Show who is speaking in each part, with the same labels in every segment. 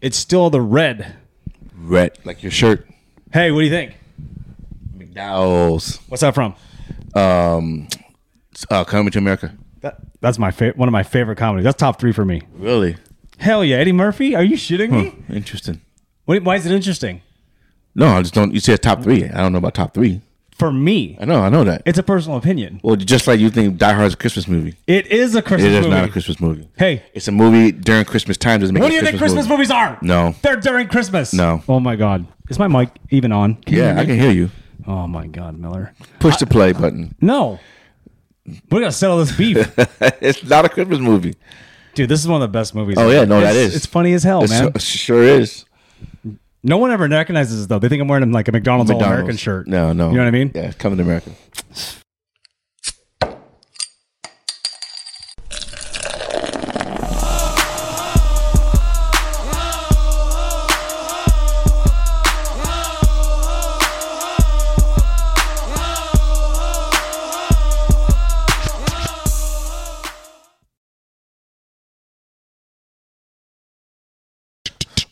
Speaker 1: It's still the red.
Speaker 2: Red, like your shirt.
Speaker 1: Hey, what do you think?
Speaker 2: McDowell's.
Speaker 1: What's that from?
Speaker 2: Um, uh, Coming to America.
Speaker 1: That, that's my fa- one of my favorite comedies. That's top three for me.
Speaker 2: Really?
Speaker 1: Hell yeah, Eddie Murphy. Are you shitting me?
Speaker 2: Interesting.
Speaker 1: Wait, why is it interesting
Speaker 2: No, I just don't. You said top three. I don't know about top three.
Speaker 1: for me?
Speaker 2: I know. I know that.
Speaker 1: It's a personal opinion.
Speaker 2: well, just like you think Die Hard is a Christmas movie.
Speaker 1: It is a Christmas
Speaker 2: It is
Speaker 1: movie.
Speaker 2: not a Christmas movie.
Speaker 1: Hey.
Speaker 2: it's a movie during Christmas time. Doesn't make
Speaker 1: what
Speaker 2: it
Speaker 1: do
Speaker 2: a
Speaker 1: you think
Speaker 2: Christmas
Speaker 1: Christmas
Speaker 2: movie.
Speaker 1: movies are?
Speaker 2: No.
Speaker 1: they're during Christmas.
Speaker 2: No.
Speaker 1: Oh my god, is my mic even on? Can you
Speaker 2: Yeah,
Speaker 1: hear
Speaker 2: I
Speaker 1: me?
Speaker 2: can hear you.
Speaker 1: Oh my god, Miller.
Speaker 2: Push the play button.
Speaker 1: No, we're gonna settle this beef,
Speaker 2: it's not a Christmas movie.
Speaker 1: dude. This is one of the best movies.
Speaker 2: Oh,
Speaker 1: ever.
Speaker 2: yeah, no, that
Speaker 1: It's-
Speaker 2: is.
Speaker 1: It's funny as hell,
Speaker 2: It's-
Speaker 1: man.
Speaker 2: It sure is.
Speaker 1: No one ever recognizes it though. They think I'm wearing like a McDonald's, All
Speaker 2: McDonald's.
Speaker 1: American shirt.
Speaker 2: No, no.
Speaker 1: You know what I mean?
Speaker 2: Yeah, it's coming to America.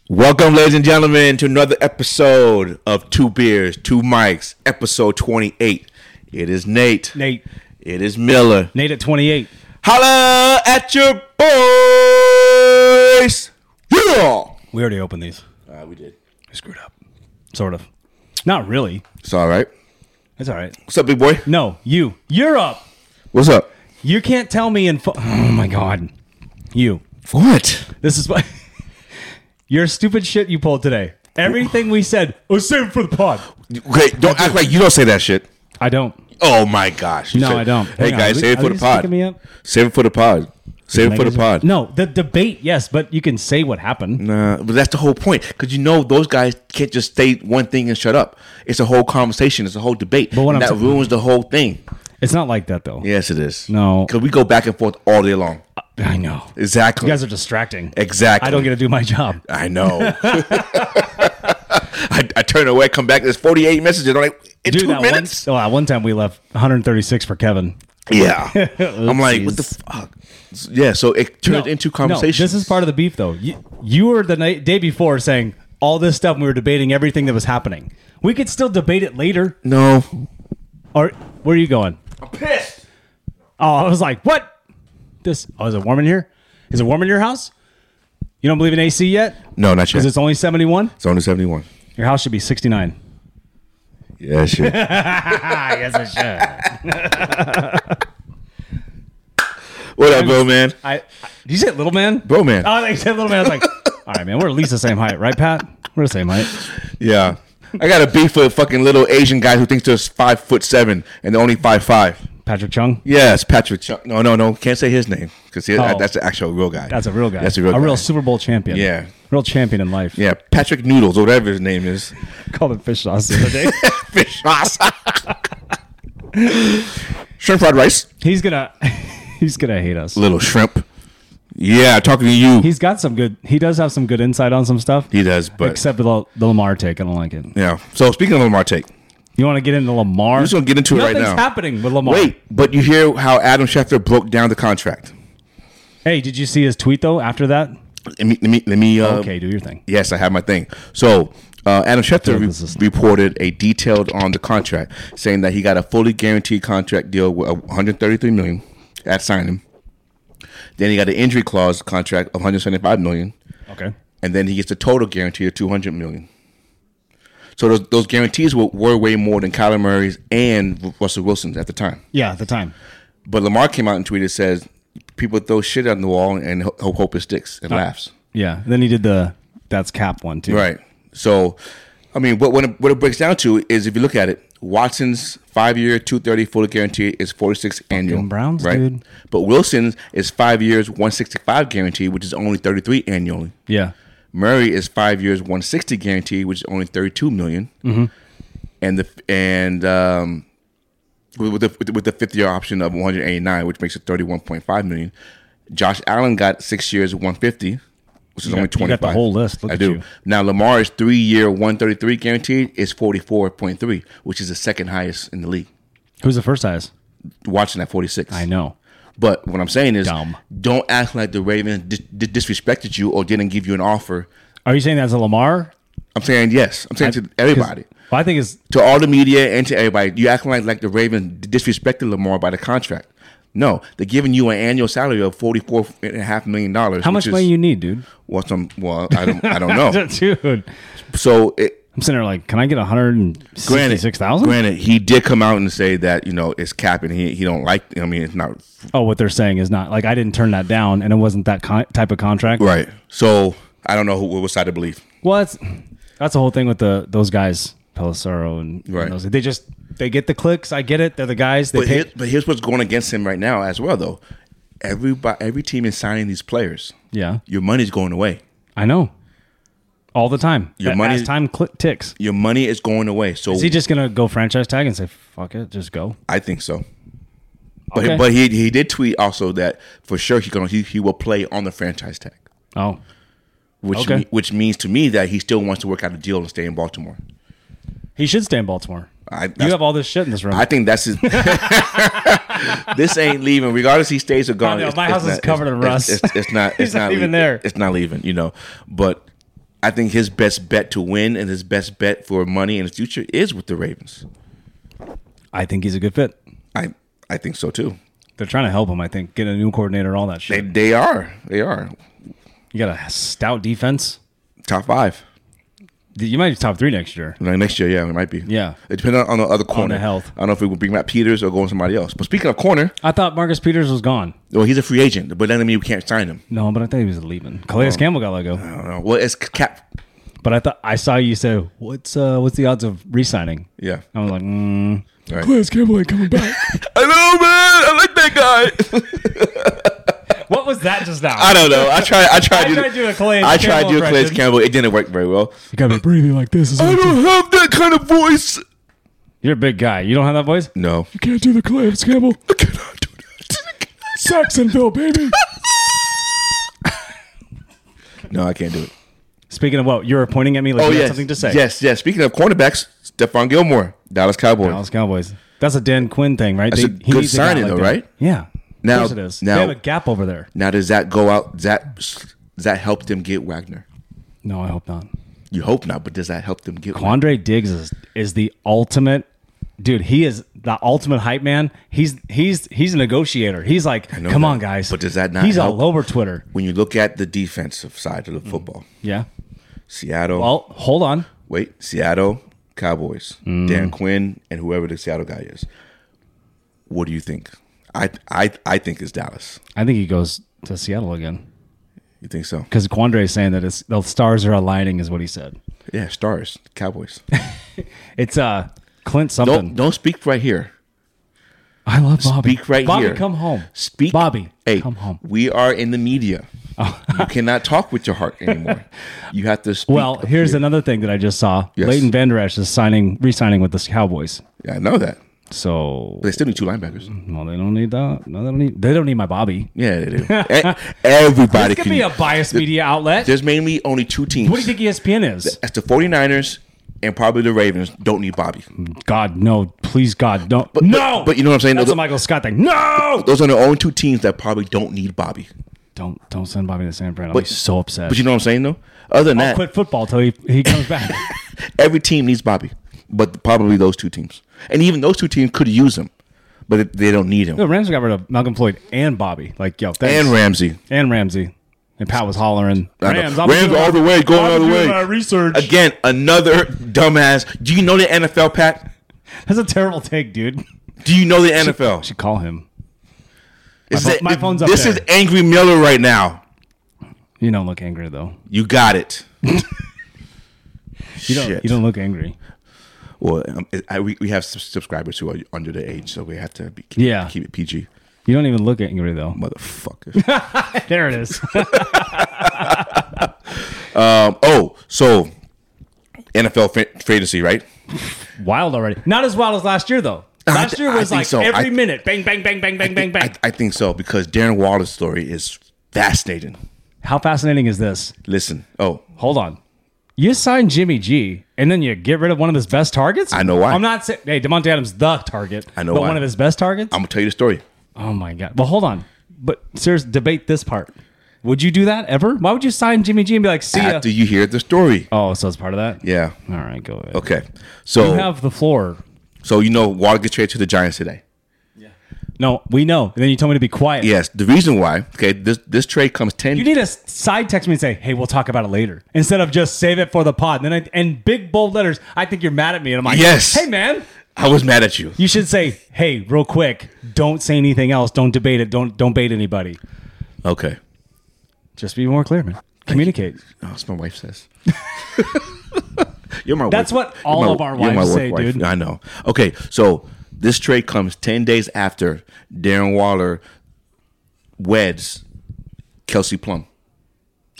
Speaker 2: Welcome, ladies and gentlemen, to another episode of Two Beers, Two Mics, episode 28. It is Nate.
Speaker 1: Nate,
Speaker 2: It is Miller.
Speaker 1: Nate at 28.
Speaker 2: Holla at your boys. Yeah.
Speaker 1: We already opened these.
Speaker 2: Uh, we did.
Speaker 1: I screwed up, sort of. Not really.
Speaker 2: It's all right.
Speaker 1: It's all right.
Speaker 2: What's up, big boy?
Speaker 1: No, you, you're up.
Speaker 2: What's up?
Speaker 1: You can't tell me in. Fu- oh my god, you.
Speaker 2: What?
Speaker 1: This is what your stupid shit you pulled today. Everything we said was saved for the pod.
Speaker 2: Okay, don't act like you don't say that shit.
Speaker 1: I don't.
Speaker 2: Oh my gosh. You
Speaker 1: No,
Speaker 2: said-
Speaker 1: I don't.
Speaker 2: Hey
Speaker 1: Hang on,
Speaker 2: guys,
Speaker 1: are
Speaker 2: save
Speaker 1: are
Speaker 2: it for the
Speaker 1: these
Speaker 2: pod.
Speaker 1: picking me up?
Speaker 2: Save it for the pod. Save it for the pod.
Speaker 1: No, the debate, yes, but you can say what happened.
Speaker 2: Nah, but that's the whole point. Because you know those guys can't just state one thing and shut up. It's a whole conversation. It's a whole debate.
Speaker 1: But what
Speaker 2: and
Speaker 1: I'm
Speaker 2: that
Speaker 1: saying-
Speaker 2: ruins the whole thing.
Speaker 1: It's not like that though.
Speaker 2: Yes, it is.
Speaker 1: No.
Speaker 2: because we go back and forth all day long.
Speaker 1: I know.
Speaker 2: Exactly.
Speaker 1: You guys are distracting.
Speaker 2: exactly.
Speaker 1: I don't get to do my job.
Speaker 2: I know. I, I turn away, come back. There's 48 messages. I'm like, in
Speaker 1: Do
Speaker 2: two
Speaker 1: that
Speaker 2: minutes.
Speaker 1: once. Oh, that one time we left 136 for Kevin.
Speaker 2: Yeah. I'm like, what the
Speaker 1: Oopsies.
Speaker 2: fuck? Yeah. So it turned
Speaker 1: Oh, No,
Speaker 2: into
Speaker 1: no,
Speaker 2: conversation.
Speaker 1: this is part of the beef, though. You, you were the night, day before saying all this stuff. And we were debating everything that was happening. We could still debate it later.
Speaker 2: no.
Speaker 1: Or where are you going?
Speaker 2: I'm pissed.
Speaker 1: Oh, I was like, what? This? Oh, is it warm in here? Is it warm in your house? You don't believe in AC yet?
Speaker 2: No, not yet.
Speaker 1: Because it's only 71.
Speaker 2: It's only 71.
Speaker 1: Your house should be 69.
Speaker 2: Yeah, sure.
Speaker 1: Ah, yes, it should.
Speaker 2: what up, bro, man?
Speaker 1: I, I, did you say little man?
Speaker 2: Bro, man.
Speaker 1: Oh, they said little man. I was like, all right, man, we're at least the same height, right, Pat? We're the same height.
Speaker 2: Yeah. I got a beef with a fucking little Asian guy who thinks they're five foot seven and they're only five five.
Speaker 1: Patrick Chung.
Speaker 2: Yes, Patrick. Chung. No, no, no. Can't say his name because
Speaker 1: Oh.
Speaker 2: that's the actual real guy.
Speaker 1: That's a real guy.
Speaker 2: That's a real guy.
Speaker 1: Super Bowl champion.
Speaker 2: Yeah.
Speaker 1: Real champion in life.
Speaker 2: yeah, Patrick Noodles or whatever his name is.
Speaker 1: Called him fish sauce the other day.
Speaker 2: Fish sauce. shrimp fried rice.
Speaker 1: he's gonna he's gonna hate us.
Speaker 2: Little shrimp. Yeah, talking to you.
Speaker 1: He's got some good he does have some good insight on some stuff.
Speaker 2: he does, but
Speaker 1: Except for the, the Lamar take. I don't like it.
Speaker 2: yeah. So speaking of Lamar take,
Speaker 1: You want to get into Lamar?
Speaker 2: I'm just gonna get into it right
Speaker 1: Nothing's
Speaker 2: now.
Speaker 1: happening with Lamar.
Speaker 2: Wait, but you hear how Adam Schefter broke down the contract.
Speaker 1: Hey, did you see his tweet though after that?
Speaker 2: Let me, let me, let me. Uh,
Speaker 1: Okay, do your thing.
Speaker 2: Yes, I have my thing. So uh, Adam Schefter
Speaker 1: this is-
Speaker 2: re- reported a detailed on the contract, saying that he got a fully guaranteed contract deal with 133 million at signing. Then he got an injury clause contract of 175 million,
Speaker 1: Okay.
Speaker 2: and then he gets a total guarantee of 200 million. So those, those guarantees were, were way more than Kyler Murray's and Russell Wilson's at the time.
Speaker 1: Yeah, at the time.
Speaker 2: But Lamar came out and tweeted says people throw shit on the wall and ho- hope, hope it sticks
Speaker 1: Uh,
Speaker 2: and laughs.
Speaker 1: Yeah. Then he did the that's cap one too.
Speaker 2: Right. So, I mean, what what it, what it breaks down to is if you look at it, Watson's five year, two thirty fully guaranteed is forty six annual.
Speaker 1: Browns,
Speaker 2: right?
Speaker 1: dude.
Speaker 2: But Wilson's is five years, one sixty five guaranteed, which is only thirty three annually.
Speaker 1: Yeah.
Speaker 2: Murray is five years, one sixty guaranteed, which is only thirty two Mm-hmm. And the and um, with the with the- with the fifth year option of one hundred eighty nine, which makes it thirty one point five million. Josh Allen got six years, one fifty, which is only
Speaker 1: got- you
Speaker 2: twenty
Speaker 1: got
Speaker 2: five.
Speaker 1: the whole list. Look
Speaker 2: I
Speaker 1: at
Speaker 2: do.
Speaker 1: you.
Speaker 2: Now Lamar's three year, one thirty three guaranteed is forty four point three, which is the second highest in the league.
Speaker 1: Who's the first highest?
Speaker 2: Watching at forty six.
Speaker 1: I know.
Speaker 2: But what I'm saying is,
Speaker 1: Dumb.
Speaker 2: don't act like the Ravens dis- dis- disrespected you or didn't give you an offer
Speaker 1: Are you saying that's a Lamar?
Speaker 2: I'm saying yes. I'm saying to everybody,
Speaker 1: Well, I think it's
Speaker 2: to all the media and to everybody. You acting like like the Ravens disrespected Lamar by the contract. No, they're giving you an annual salary of forty four and a half million dollars.
Speaker 1: how much money you need, dude.
Speaker 2: Well, some, well, I don't, I don't know.
Speaker 1: dude.
Speaker 2: So it,
Speaker 1: I'm sitting there like, can I get 166,000?
Speaker 2: Granted, he did come out and say that you know it's cap and he he don't like. I mean, it's not
Speaker 1: Oh, what they're saying is not like I didn't turn that down, and it wasn't that con- type of contract.
Speaker 2: right. So I don't know who what side to believe.
Speaker 1: Well, that's that's the whole thing with the those guys, Pelissero and, and
Speaker 2: Right.
Speaker 1: those. They just they get the clicks. I get it. They're the guys. They
Speaker 2: But
Speaker 1: pay,
Speaker 2: here, but here's what's going against him right now as well though. Everybody, every team is signing these players.
Speaker 1: yeah,
Speaker 2: Your money's going away.
Speaker 1: I know, all the time.
Speaker 2: Your
Speaker 1: Your
Speaker 2: money-
Speaker 1: money time cli ticks.
Speaker 2: Your money is going away. So
Speaker 1: Is he just gonna go franchise tag and say fuck it, just go?
Speaker 2: I think so. But
Speaker 1: Okay.
Speaker 2: but he he did tweet also that for sure he's gonna he, he will play on the franchise tag,
Speaker 1: Oh,
Speaker 2: which
Speaker 1: Okay.
Speaker 2: me- which means to me that he still wants to work out a deal and stay in Baltimore.
Speaker 1: he should stay in Baltimore.
Speaker 2: I,
Speaker 1: You have all this shit in this room.
Speaker 2: I think that's his. this ain't leaving, regardless he stays or gone.
Speaker 1: know, my house is covered in
Speaker 2: it's-
Speaker 1: rust.
Speaker 2: It's, it's not. It's
Speaker 1: He's
Speaker 2: not,
Speaker 1: not even
Speaker 2: leaving
Speaker 1: there.
Speaker 2: It's not leaving. You know, but I think his best bet to win and his best bet for money in the future is with the Ravens.
Speaker 1: I think he's a good fit.
Speaker 2: I I think so too.
Speaker 1: They're trying to help him. I think get a new coordinator, all that
Speaker 2: They,
Speaker 1: shit.
Speaker 2: they are. They are
Speaker 1: You got a stout defense.
Speaker 2: top five.
Speaker 1: You might be top three next year.
Speaker 2: Like next year, yeah, it might be.
Speaker 1: Yeah.
Speaker 2: It depends on, on the other corner.
Speaker 1: health.
Speaker 2: I don't know if we would bring back Peters or go with somebody else. But speaking of corner,
Speaker 1: I thought Marcus Peters was gone.
Speaker 2: well, he's a free agent, but that doesn't mean you can't sign him.
Speaker 1: No, but I thought he was leaving. Calais Campbell got let go.
Speaker 2: I don't know. Well, it's cap.
Speaker 1: But I thought I saw you say, "What's uh, what's the odds of re-signing?"
Speaker 2: Yeah.
Speaker 1: I was like, mm.
Speaker 2: Right.
Speaker 1: Calais Campbell ain't coming back.
Speaker 2: I know, man. I like that guy.
Speaker 1: what was that just now?
Speaker 2: I don't know. I tried. I tried.
Speaker 1: I
Speaker 2: to
Speaker 1: tried to do a Calais
Speaker 2: I tried to
Speaker 1: Campbell
Speaker 2: do a Calais
Speaker 1: impression.
Speaker 2: Campbell. It didn't work very well.
Speaker 1: you gotta be breathing like this.
Speaker 2: I don't have that kind of voice.
Speaker 1: You're a big guy. You don't have that voice.
Speaker 2: No,
Speaker 1: You can't do the Calais Campbell.
Speaker 2: I cannot do that.
Speaker 1: Saxonville, baby.
Speaker 2: No, I can't do it.
Speaker 1: Speaking of what, you were pointing at me like
Speaker 2: Oh
Speaker 1: you
Speaker 2: yes,
Speaker 1: had something to say.
Speaker 2: Yes, yes. Speaking of cornerbacks, Stephon Gilmore, Dallas Cowboys.
Speaker 1: Dallas Cowboys. That's a Dan Quinn thing, right?
Speaker 2: That's a good
Speaker 1: needs guy
Speaker 2: signing, though,
Speaker 1: that.
Speaker 2: right?
Speaker 1: Yeah.
Speaker 2: Now-
Speaker 1: of course it is.
Speaker 2: now-
Speaker 1: they have a gap over there.
Speaker 2: Now does that go out? Does that does that help them get Wagner?
Speaker 1: No, I hope not.
Speaker 2: You hope not, but does that help them get? Wagner?
Speaker 1: Quandre Diggs is is the ultimate dude. He is the ultimate hype man. He's he's he's a negotiator. He's like, come
Speaker 2: know that,
Speaker 1: on, guys.
Speaker 2: but does that not
Speaker 1: He's
Speaker 2: help?
Speaker 1: all over Twitter.
Speaker 2: When you look at the defensive side of the football,
Speaker 1: Yeah.
Speaker 2: Seattle.
Speaker 1: Mm. Well, hold on.
Speaker 2: Wait, Seattle Cowboys,
Speaker 1: Mm.
Speaker 2: Dan Quinn, and whoever the Seattle guy is. What do you think? I I I think it's Dallas.
Speaker 1: I think he goes to Seattle again
Speaker 2: You think so?
Speaker 1: because Quandre is saying that it's the stars are aligning, is what he said.
Speaker 2: Yeah, stars, Cowboys.
Speaker 1: It's uh Clint something.
Speaker 2: Don't don't speak right here.
Speaker 1: I love Bobby.
Speaker 2: Speak right
Speaker 1: Bobby,
Speaker 2: here.
Speaker 1: come home.
Speaker 2: Speak,
Speaker 1: Bobby.
Speaker 2: Hey,
Speaker 1: come home. Oh.
Speaker 2: We are in the media. you cannot talk with your heart anymore. You have to. Speak
Speaker 1: Well,
Speaker 2: up
Speaker 1: here's
Speaker 2: here.
Speaker 1: another thing that I just saw.
Speaker 2: Yes.
Speaker 1: Leighton Vander Esch is signing, re-signing with the Cowboys.
Speaker 2: Yeah, I know that.
Speaker 1: So,
Speaker 2: But they still need two linebackers.
Speaker 1: no, they don't need that. No, they don't need. They don't need my Bobby.
Speaker 2: Yeah, they do. E- Everybody
Speaker 1: This could
Speaker 2: can.
Speaker 1: be a biased media outlet.
Speaker 2: There's mainly only two teams.
Speaker 1: What do you think E ESPN is?
Speaker 2: That's the 49ers and probably the Ravens don't need Bobby.
Speaker 1: God, no! Please, God, no! no!
Speaker 2: But, but you know what I'm saying?
Speaker 1: that's
Speaker 2: Those,
Speaker 1: a Michael Scott thing. No!
Speaker 2: those are the only two teams that probably don't need Bobby.
Speaker 1: Don't don't send Bobby to San Fran. I'll be so upset.
Speaker 2: But you know what I'm saying, though? Other than that,
Speaker 1: Quit football till he, he comes back.
Speaker 2: every team needs Bobby, but probably those two teams. And even those two teams could use him, but it- they don't need him.
Speaker 1: the Rams got rid of Malcolm Floyd and Bobby. Like yo, thanks.
Speaker 2: And Ramsey.
Speaker 1: and Ramsey. And Pat was hollering.
Speaker 2: I know.
Speaker 1: Rams, I'll be
Speaker 2: Rams
Speaker 1: doing
Speaker 2: all the
Speaker 1: my-
Speaker 2: way, going
Speaker 1: I'll be
Speaker 2: all the
Speaker 1: doing
Speaker 2: way.
Speaker 1: my research.
Speaker 2: Again, another dumbass. Do you know the NFL, Pat?
Speaker 1: That's a terrible take, dude. Oh,
Speaker 2: Do you know the NFL?
Speaker 1: Should call him.
Speaker 2: Is
Speaker 1: pho-
Speaker 2: it-
Speaker 1: my phone's up
Speaker 2: This
Speaker 1: there.
Speaker 2: is Angry Miller right now.
Speaker 1: You don't look angry though.
Speaker 2: You got it.
Speaker 1: You don't.
Speaker 2: Shit.
Speaker 1: You don't look angry.
Speaker 2: Well, um, it- I, we, we have sub- subscribers who are under the age, so we have to be, keep,
Speaker 1: Yeah.
Speaker 2: keep it PG.
Speaker 1: You don't even look angry though.
Speaker 2: Motherfucker.
Speaker 1: There it is.
Speaker 2: um, oh, so NFL fa- free agency, right?
Speaker 1: wild already. Not as wild as last year though.
Speaker 2: I
Speaker 1: Last
Speaker 2: th-
Speaker 1: year
Speaker 2: I
Speaker 1: was
Speaker 2: think
Speaker 1: like
Speaker 2: so.
Speaker 1: every
Speaker 2: I-
Speaker 1: minute, bang, bang, bang, bang, bang, bang, bang.
Speaker 2: I, I think so because Darren Waller's story is fascinating.
Speaker 1: How fascinating is this?
Speaker 2: Listen, oh,
Speaker 1: Hold on. You sign Jimmy G, and then you get rid of one of his best targets.
Speaker 2: I know why.
Speaker 1: I'm not saying. Hey, Demonte Adams, the target.
Speaker 2: I know
Speaker 1: but
Speaker 2: why.
Speaker 1: one of his best targets.
Speaker 2: I'm gonna tell you the story.
Speaker 1: oh my god. Well, hold on. But serious, debate this part. Would you do that ever? Why would you sign Jimmy G and be like, see ya?
Speaker 2: After you hear the story,
Speaker 1: oh, so it's part of that?
Speaker 2: yeah.
Speaker 1: All right, go ahead.
Speaker 2: Okay, so
Speaker 1: You have the floor.
Speaker 2: so you know Water gets traded to the Giants today.
Speaker 1: No, we know. And then you told me to be quiet.
Speaker 2: Yes, the reason why. Okay, this this trade comes ten.
Speaker 1: You need to s- side text me and say, hey, we'll talk about it later. Instead of just save it for the pod. And then I, and big bold letters, I think you're mad at me. And I'm like,
Speaker 2: Yes.
Speaker 1: Hey, man.
Speaker 2: I was mad at you.
Speaker 1: You should say, hey, real quick, don't say anything else. Don't debate it. Don't don't bait anybody.
Speaker 2: Okay,
Speaker 1: Just be more clear, man. Communicate.
Speaker 2: oh, that's what my wife says. you're my.
Speaker 1: That's what
Speaker 2: wife. You're
Speaker 1: all
Speaker 2: my-
Speaker 1: of our
Speaker 2: you're my
Speaker 1: wives
Speaker 2: work
Speaker 1: say, dude.
Speaker 2: I know. Okay, so this trade comes ten days after Darren Waller weds Kelsey Plum.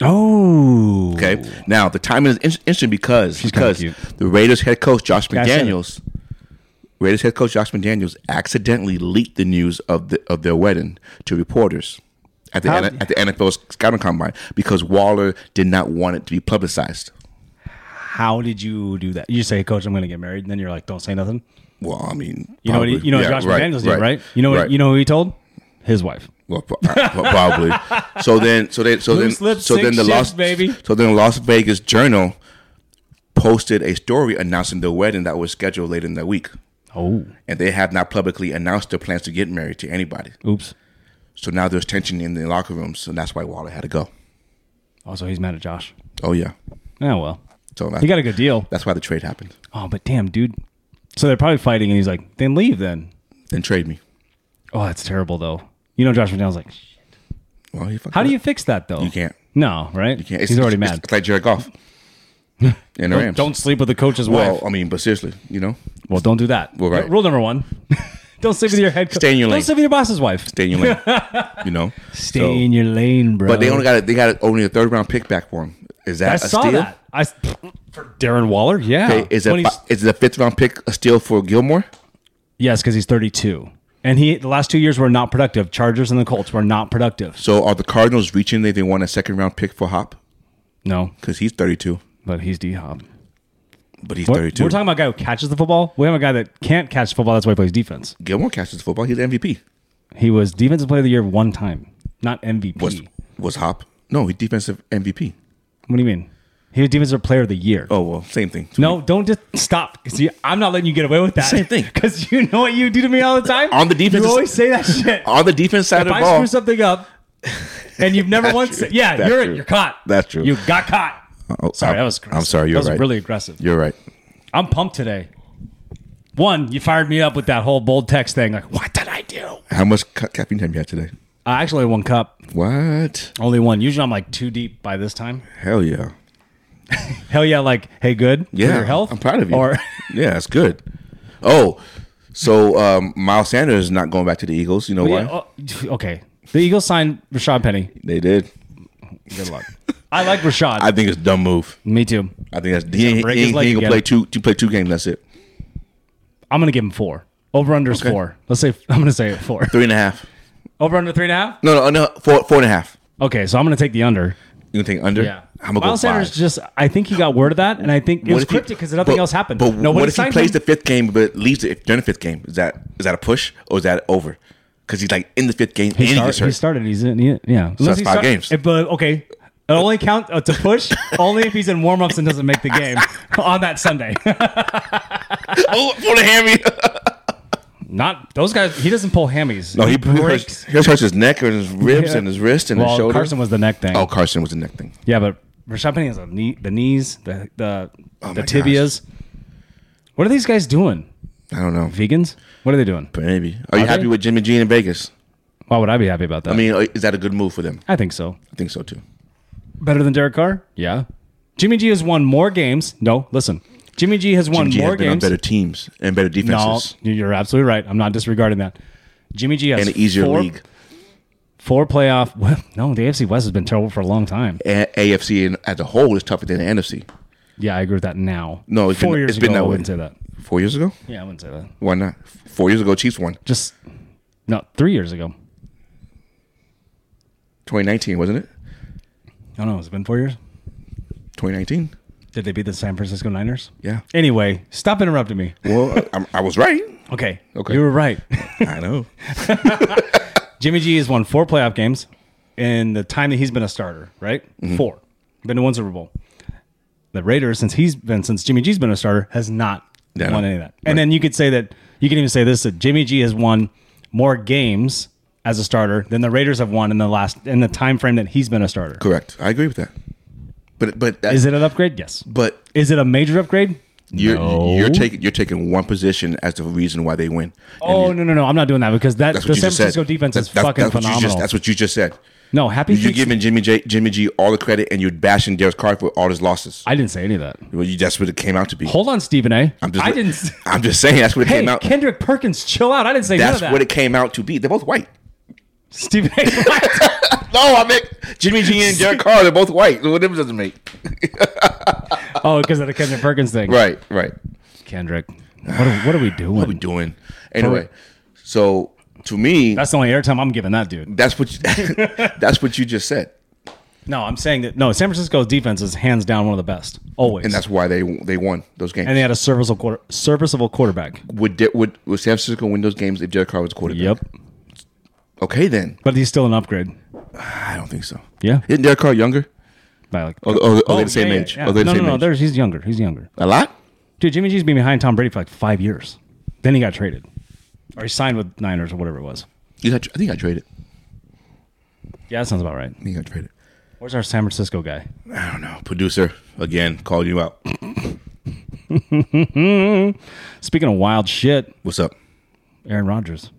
Speaker 1: Oh.
Speaker 2: Okay. Now the timing is in- interesting because
Speaker 1: kinda
Speaker 2: because
Speaker 1: cute.
Speaker 2: the Raiders head coach Josh
Speaker 1: I said it.
Speaker 2: McDaniels, Raiders head coach Josh McDaniels accidentally leaked the news of the of their wedding to reporters at the
Speaker 1: How-
Speaker 2: N- at the NFL's scouting combine because Waller did not want it to be publicized.
Speaker 1: How did you do that? You say, coach, I'm going to get married. And then you're like, don't say nothing.
Speaker 2: Well, I mean,
Speaker 1: You know what he,
Speaker 2: probably.
Speaker 1: you know
Speaker 2: Yeah,
Speaker 1: what Josh McDaniels did, right? You know what
Speaker 2: right.
Speaker 1: you know who he told? His wife.
Speaker 2: Well, pro- pro- probably. so then, so then, so
Speaker 1: Loose
Speaker 2: then,
Speaker 1: lips,
Speaker 2: so then
Speaker 1: sink
Speaker 2: the
Speaker 1: ships,
Speaker 2: Las
Speaker 1: baby.
Speaker 2: So then, Las Vegas Journal posted a story announcing the wedding that was scheduled later in the week,
Speaker 1: Oh.
Speaker 2: and they have not publicly announced their plans to get married to anybody.
Speaker 1: Oops.
Speaker 2: So now there's tension in the locker rooms, and that's why Waller had to go.
Speaker 1: Also, he's mad at Josh.
Speaker 2: Oh yeah.
Speaker 1: Oh well.
Speaker 2: So that,
Speaker 1: He got a good deal.
Speaker 2: that's why the trade happened.
Speaker 1: Oh, but damn, dude. So they're probably fighting and he's like, then leave then.
Speaker 2: Then trade me.
Speaker 1: Oh, that's terrible though. You know Josh McDaniels like,
Speaker 2: Well, he fucked
Speaker 1: how
Speaker 2: it
Speaker 1: do
Speaker 2: up.
Speaker 1: you fix that though?
Speaker 2: You can't.
Speaker 1: No, right?
Speaker 2: You can't.
Speaker 1: he's already
Speaker 2: it's,
Speaker 1: mad.
Speaker 2: It's like Jared Goff. And the
Speaker 1: Don't,
Speaker 2: Rams.
Speaker 1: don't sleep with the coach's
Speaker 2: Well,
Speaker 1: wife.
Speaker 2: I mean, but seriously, you know,
Speaker 1: Well, don't do that.
Speaker 2: Well, right.
Speaker 1: Rule number one. don't sleep with your head coach.
Speaker 2: Stay in your
Speaker 1: Don't
Speaker 2: lane.
Speaker 1: sleep with your boss's wife.
Speaker 2: stay in your lane. you know,
Speaker 1: Stay
Speaker 2: So-
Speaker 1: in your lane, bro.
Speaker 2: But they only got they got only a third round pick back for him. Is that
Speaker 1: I
Speaker 2: a
Speaker 1: saw
Speaker 2: steal?
Speaker 1: that. I s- for Darren Waller, yeah.
Speaker 2: Okay, is
Speaker 1: When
Speaker 2: it
Speaker 1: he's-
Speaker 2: is it a fifth round pick a steal for Gilmore?
Speaker 1: yes, because he's 32, and he the last two years were not productive. Chargers and the Colts were not productive.
Speaker 2: So are the Cardinals reaching that they want a second round pick for Hop
Speaker 1: No,
Speaker 2: because he's thirty two,
Speaker 1: but he's D Hop.
Speaker 2: but he's
Speaker 1: We're,
Speaker 2: thirty two.
Speaker 1: we're talking about a guy who catches the football. We have a guy that can't catch the football. That's why he plays defense.
Speaker 2: Gilmore catches the football. He's MVP.
Speaker 1: He was defensive player of the year one time, not MVP.
Speaker 2: Was was Hop? No, he's defensive MVP.
Speaker 1: What do you mean? He was defensive player of the year.
Speaker 2: Oh well, same thing.
Speaker 1: No, don't just stop. See, I'm not letting you get away with that.
Speaker 2: Same thing.
Speaker 1: Because you know what you do to me all the time.
Speaker 2: On the defensive-
Speaker 1: you always say that shit.
Speaker 2: on the defense side
Speaker 1: if
Speaker 2: of the
Speaker 1: I
Speaker 2: ball.
Speaker 1: screw something up, and you've never
Speaker 2: That's
Speaker 1: once,
Speaker 2: true.
Speaker 1: said, yeah,
Speaker 2: That's
Speaker 1: you're
Speaker 2: true.
Speaker 1: it. You're caught.
Speaker 2: That's true.
Speaker 1: You got caught.
Speaker 2: Oh,
Speaker 1: sorry,
Speaker 2: I'm-
Speaker 1: that was. Aggressive.
Speaker 2: I'm sorry. You're
Speaker 1: that was
Speaker 2: right.
Speaker 1: Really aggressive.
Speaker 2: You're right.
Speaker 1: I'm pumped today. One, you fired me up with that whole bold text thing. Like, what did I do?
Speaker 2: How much ca- caffeine have you had today?
Speaker 1: I actually had one cup,
Speaker 2: What?
Speaker 1: only one. Usually, I'm like two deep by this time.
Speaker 2: Hell yeah.
Speaker 1: Hell yeah! Like, hey, good. for
Speaker 2: Yeah,
Speaker 1: your health.
Speaker 2: I'm proud of you.
Speaker 1: Or
Speaker 2: yeah, that's good. Oh, so um, Miles Sanders is not going back to the Eagles. You know why?
Speaker 1: Yeah, oh, okay, the Eagles signed Rashad Penny.
Speaker 2: They did.
Speaker 1: Good luck. I like Rashad.
Speaker 2: I think it's a dumb move.
Speaker 1: Me too.
Speaker 2: I think that's he, ain't-
Speaker 1: break
Speaker 2: he,
Speaker 1: his
Speaker 2: ain't-
Speaker 1: leg
Speaker 2: he ain't gonna
Speaker 1: again.
Speaker 2: play two. You play two games. That's it.
Speaker 1: I'm gonna give him four. Over under is
Speaker 2: Okay.
Speaker 1: four. Let's say I'm gonna say four.
Speaker 2: Three and a half.
Speaker 1: Over under three and a half.
Speaker 2: No, no, no. Four, four and a half.
Speaker 1: Okay, so I'm gonna take the under.
Speaker 2: You gonna take under? I'm gonna
Speaker 1: Miles
Speaker 2: go
Speaker 1: Sanders
Speaker 2: five.
Speaker 1: just. I think he got word of that, and I think it
Speaker 2: What
Speaker 1: was
Speaker 2: if he-
Speaker 1: cryptic because nothing
Speaker 2: but-
Speaker 1: else happened.
Speaker 2: But
Speaker 1: Nobody
Speaker 2: what if he
Speaker 1: signed
Speaker 2: plays
Speaker 1: him?
Speaker 2: the fifth game but leaves it during the fifth game? Is that is that a push or is that over? Because he's like in the fifth game and
Speaker 1: He,
Speaker 2: he
Speaker 1: start-
Speaker 2: gets
Speaker 1: he
Speaker 2: hurt.
Speaker 1: started. He's in. he- yeah. Unless
Speaker 2: that's
Speaker 1: he
Speaker 2: five games.
Speaker 1: If, but okay, it only counts uh, to push only if he's in warm ups and doesn't make the game on that Sunday.
Speaker 2: oh, pull the hammy.
Speaker 1: Not those guys. He doesn't pull hammies.
Speaker 2: no, he, he
Speaker 1: breaks.
Speaker 2: hurts, he hurts his neck and his ribs
Speaker 1: Yeah.
Speaker 2: and his wrist and his
Speaker 1: Well,
Speaker 2: shoulder.
Speaker 1: Carson was the neck thing.
Speaker 2: oh, Carson was the neck thing.
Speaker 1: Yeah, but Rashad Penny has a knee, the knees, the the, the
Speaker 2: Oh my
Speaker 1: tibias. What are these guys doing?
Speaker 2: I don't know.
Speaker 1: Vegans? What are they doing?
Speaker 2: But maybe. Are you
Speaker 1: Are
Speaker 2: happy
Speaker 1: they?
Speaker 2: with Jimmy G in Vegas?
Speaker 1: Why would I be happy about that?
Speaker 2: I mean, uh, is that a good move for them?
Speaker 1: I think so.
Speaker 2: I think so too.
Speaker 1: Better than Derek Carr? Yeah. Jimmy G has won more games. No, listen. Jimmy G has won
Speaker 2: Jimmy G
Speaker 1: more
Speaker 2: has been on
Speaker 1: games.
Speaker 2: better teams and better
Speaker 1: no,
Speaker 2: defenses
Speaker 1: you're absolutely right. I'm not disregarding that. Jimmy G has
Speaker 2: and an easier
Speaker 1: four,
Speaker 2: league.
Speaker 1: Four playoff. Well, no, the AFC West has been terrible for a long time.
Speaker 2: A- AFC in- as a whole is tougher than the NFC.
Speaker 1: Yeah, I agree with that now.
Speaker 2: No, it's
Speaker 1: 4
Speaker 2: been-
Speaker 1: years
Speaker 2: it's been
Speaker 1: ago,
Speaker 2: that
Speaker 1: I
Speaker 2: way.
Speaker 1: wouldn't say that.
Speaker 2: Four years ago?
Speaker 1: Yeah, I wouldn't say that.
Speaker 2: Why not? Four years ago, Chiefs won.
Speaker 1: Just no, three years ago.
Speaker 2: 2019, wasn't it?
Speaker 1: I don't know. Oh, It's been four years.
Speaker 2: 2019?
Speaker 1: Did they beat the San Francisco Niners?
Speaker 2: Yeah.
Speaker 1: Anyway, stop interrupting me.
Speaker 2: Well, I, I was right.
Speaker 1: Okay.
Speaker 2: Okay.
Speaker 1: You were right.
Speaker 2: I know.
Speaker 1: Jimmy G has won four playoff games, in the time that he's been a starter, right?
Speaker 2: Mm-hmm.
Speaker 1: Four. Been to one Super Bowl. The Raiders, since he's been since Jimmy G's been a starter, has not
Speaker 2: Yeah,
Speaker 1: won
Speaker 2: no.
Speaker 1: any of that. And then you could say that you can even say this that Jimmy G has won more games as a starter than the Raiders have won in the last in the time frame that he's been a starter.
Speaker 2: Correct. I agree with that. But but that,
Speaker 1: Is it an upgrade? Yes.
Speaker 2: but
Speaker 1: Is it a major upgrade?
Speaker 2: you're
Speaker 1: No.
Speaker 2: you're taking you're taking one position as the reason why they win.
Speaker 1: Oh no no no! I'm not doing that because that
Speaker 2: That's
Speaker 1: the
Speaker 2: what you
Speaker 1: San
Speaker 2: just said.
Speaker 1: Francisco defense
Speaker 2: That's-
Speaker 1: is
Speaker 2: that's-
Speaker 1: fucking
Speaker 2: that's what you just-
Speaker 1: phenomenal.
Speaker 2: that's what you just said.
Speaker 1: no, happy
Speaker 2: You're
Speaker 1: feet.
Speaker 2: giving Jimmy J, Jimmy G all the credit, and you're bashing Derek Carr for all his losses.
Speaker 1: I didn't say any of that.
Speaker 2: Well, you, that's what it came out to be.
Speaker 1: Hold on, Stephen A.
Speaker 2: I'm just,
Speaker 1: I didn't. s-
Speaker 2: I'm just saying that's what it
Speaker 1: Hey,
Speaker 2: came out.
Speaker 1: Kendrick Perkins, chill out. I didn't say
Speaker 2: that's
Speaker 1: none of that.
Speaker 2: what it came out to be. They're both white.
Speaker 1: Stephen A. what?
Speaker 2: No, I mean Jimmy G and Derek Carr. They're both white. What difference does it make?
Speaker 1: oh, because of the Kendrick Perkins thing.
Speaker 2: Right, right.
Speaker 1: Kendrick, what are, what are we doing?
Speaker 2: What are we doing? Anyway, so to me,
Speaker 1: That's the only airtime I'm giving that dude.
Speaker 2: that's what you, that's what you just said,
Speaker 1: No, I'm saying that. No, San Francisco's defense is hands down one of the best, always.
Speaker 2: and that's why they they won those games.
Speaker 1: And they had a serviceable quarter, serviceable quarterback.
Speaker 2: would De- would would San Francisco win those games if Derek Carr was quarterback?
Speaker 1: Yep,
Speaker 2: Okay, then
Speaker 1: but he's still an upgrade.
Speaker 2: I don't think so.
Speaker 1: Yeah,
Speaker 2: Isn't Derek Carr younger?
Speaker 1: by like
Speaker 2: Or, or, or
Speaker 1: Oh,
Speaker 2: they the same
Speaker 1: yeah, yeah,
Speaker 2: age?
Speaker 1: yeah.
Speaker 2: Or they the
Speaker 1: no,
Speaker 2: same
Speaker 1: no, no,
Speaker 2: age?
Speaker 1: There's he's younger. He's younger.
Speaker 2: A lot.
Speaker 1: Dude, Jimmy G's been behind Tom Brady for like five years. Then he got traded, or he signed with Niners or whatever it was.
Speaker 2: You got, I think I traded.
Speaker 1: Yeah, that sounds about right.
Speaker 2: I think I traded.
Speaker 1: Where's our San Francisco guy?
Speaker 2: I don't know. Producer again called you out.
Speaker 1: Speaking of wild shit,
Speaker 2: What's up?
Speaker 1: Aaron Rodgers.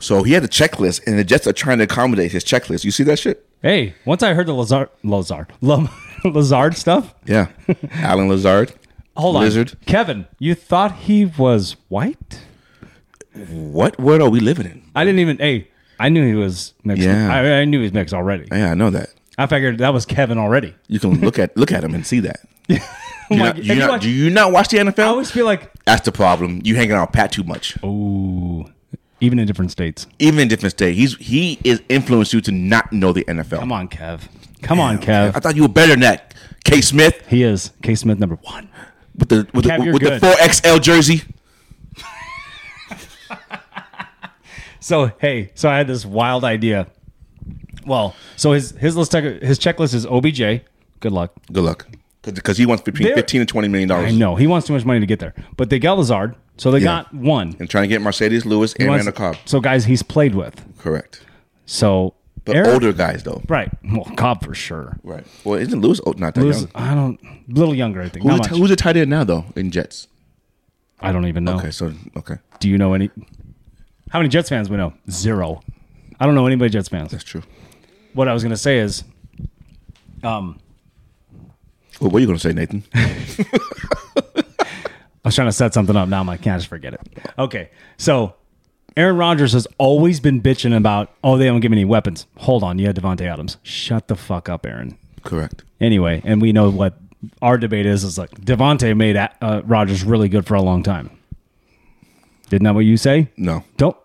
Speaker 2: So he had a checklist, and the Jets are trying to accommodate his checklist. You see that shit?
Speaker 1: Hey, once I heard the Lazard, Lazard, Lam- Lazard stuff.
Speaker 2: Yeah. Alan Lazard.
Speaker 1: Hold on,
Speaker 2: Lizard.
Speaker 1: Kevin. You thought he was white?
Speaker 2: What world are we living in?
Speaker 1: I didn't even. Hey, I knew he was mixed.
Speaker 2: Yeah.
Speaker 1: I, I knew he was mixed already.
Speaker 2: Yeah, I know that.
Speaker 1: I figured that was Kevin already.
Speaker 2: You can look at look at him and see that. Do you
Speaker 1: my God.
Speaker 2: not- do
Speaker 1: And
Speaker 2: you
Speaker 1: you
Speaker 2: not-
Speaker 1: watch-
Speaker 2: do you not watch the
Speaker 1: I
Speaker 2: NFL?
Speaker 1: always feel like,
Speaker 2: That's the problem. You hanging out with Pat too much.
Speaker 1: ooh, even in different states.
Speaker 2: Even in different state, he's he is influenced you to not know the NFL.
Speaker 1: Come on, Kev. Come on,
Speaker 2: I
Speaker 1: Kev.
Speaker 2: thought you were better than that. K Smith
Speaker 1: He is K Smith number one.
Speaker 2: with the with
Speaker 1: Cap,
Speaker 2: the
Speaker 1: you're
Speaker 2: with the
Speaker 1: good.
Speaker 2: four XL jersey.
Speaker 1: So hey, so I had this wild idea. Well, so his his list his checklist is OBJ. Good luck.
Speaker 2: Good luck, because he wants between
Speaker 1: They're-
Speaker 2: fifteen and twenty million
Speaker 1: I
Speaker 2: dollars.
Speaker 1: know he wants too much money to get there, but they got Lazard, so they got one.
Speaker 2: And trying to get Mercedes Lewis and
Speaker 1: Wants-
Speaker 2: Randall Cobb.
Speaker 1: So guys, he's played with.
Speaker 2: Correct,
Speaker 1: So
Speaker 2: but
Speaker 1: Aaron-
Speaker 2: older guys though.
Speaker 1: right? Well, Cobb for sure.
Speaker 2: Right. Well, isn't Lewis old? Not that
Speaker 1: Who's-
Speaker 2: young.
Speaker 1: I don't. Little younger, I think.
Speaker 2: Who's
Speaker 1: Not
Speaker 2: the,
Speaker 1: much.
Speaker 2: ti- who's the tight end now though in Jets?
Speaker 1: I don't even know.
Speaker 2: Okay, so okay,
Speaker 1: Do you know any? How many Jets fans we know? Zero. I don't know anybody Jets fans.
Speaker 2: that's true.
Speaker 1: What I was gonna say is,
Speaker 2: Well, what are you gonna say, Nathan?
Speaker 1: I was trying to set something up. Now I'm like, can't just forget it. Okay, so Aaron Rodgers has always been bitching about, oh, they don't give me any weapons. Hold on, you had Devontae Adams. Shut the fuck up, Aaron.
Speaker 2: Correct.
Speaker 1: Anyway, and we know what our debate is. Is like Devontae made uh, Rodgers really good for a long time. Didn't that what you say?
Speaker 2: No.
Speaker 1: Don't.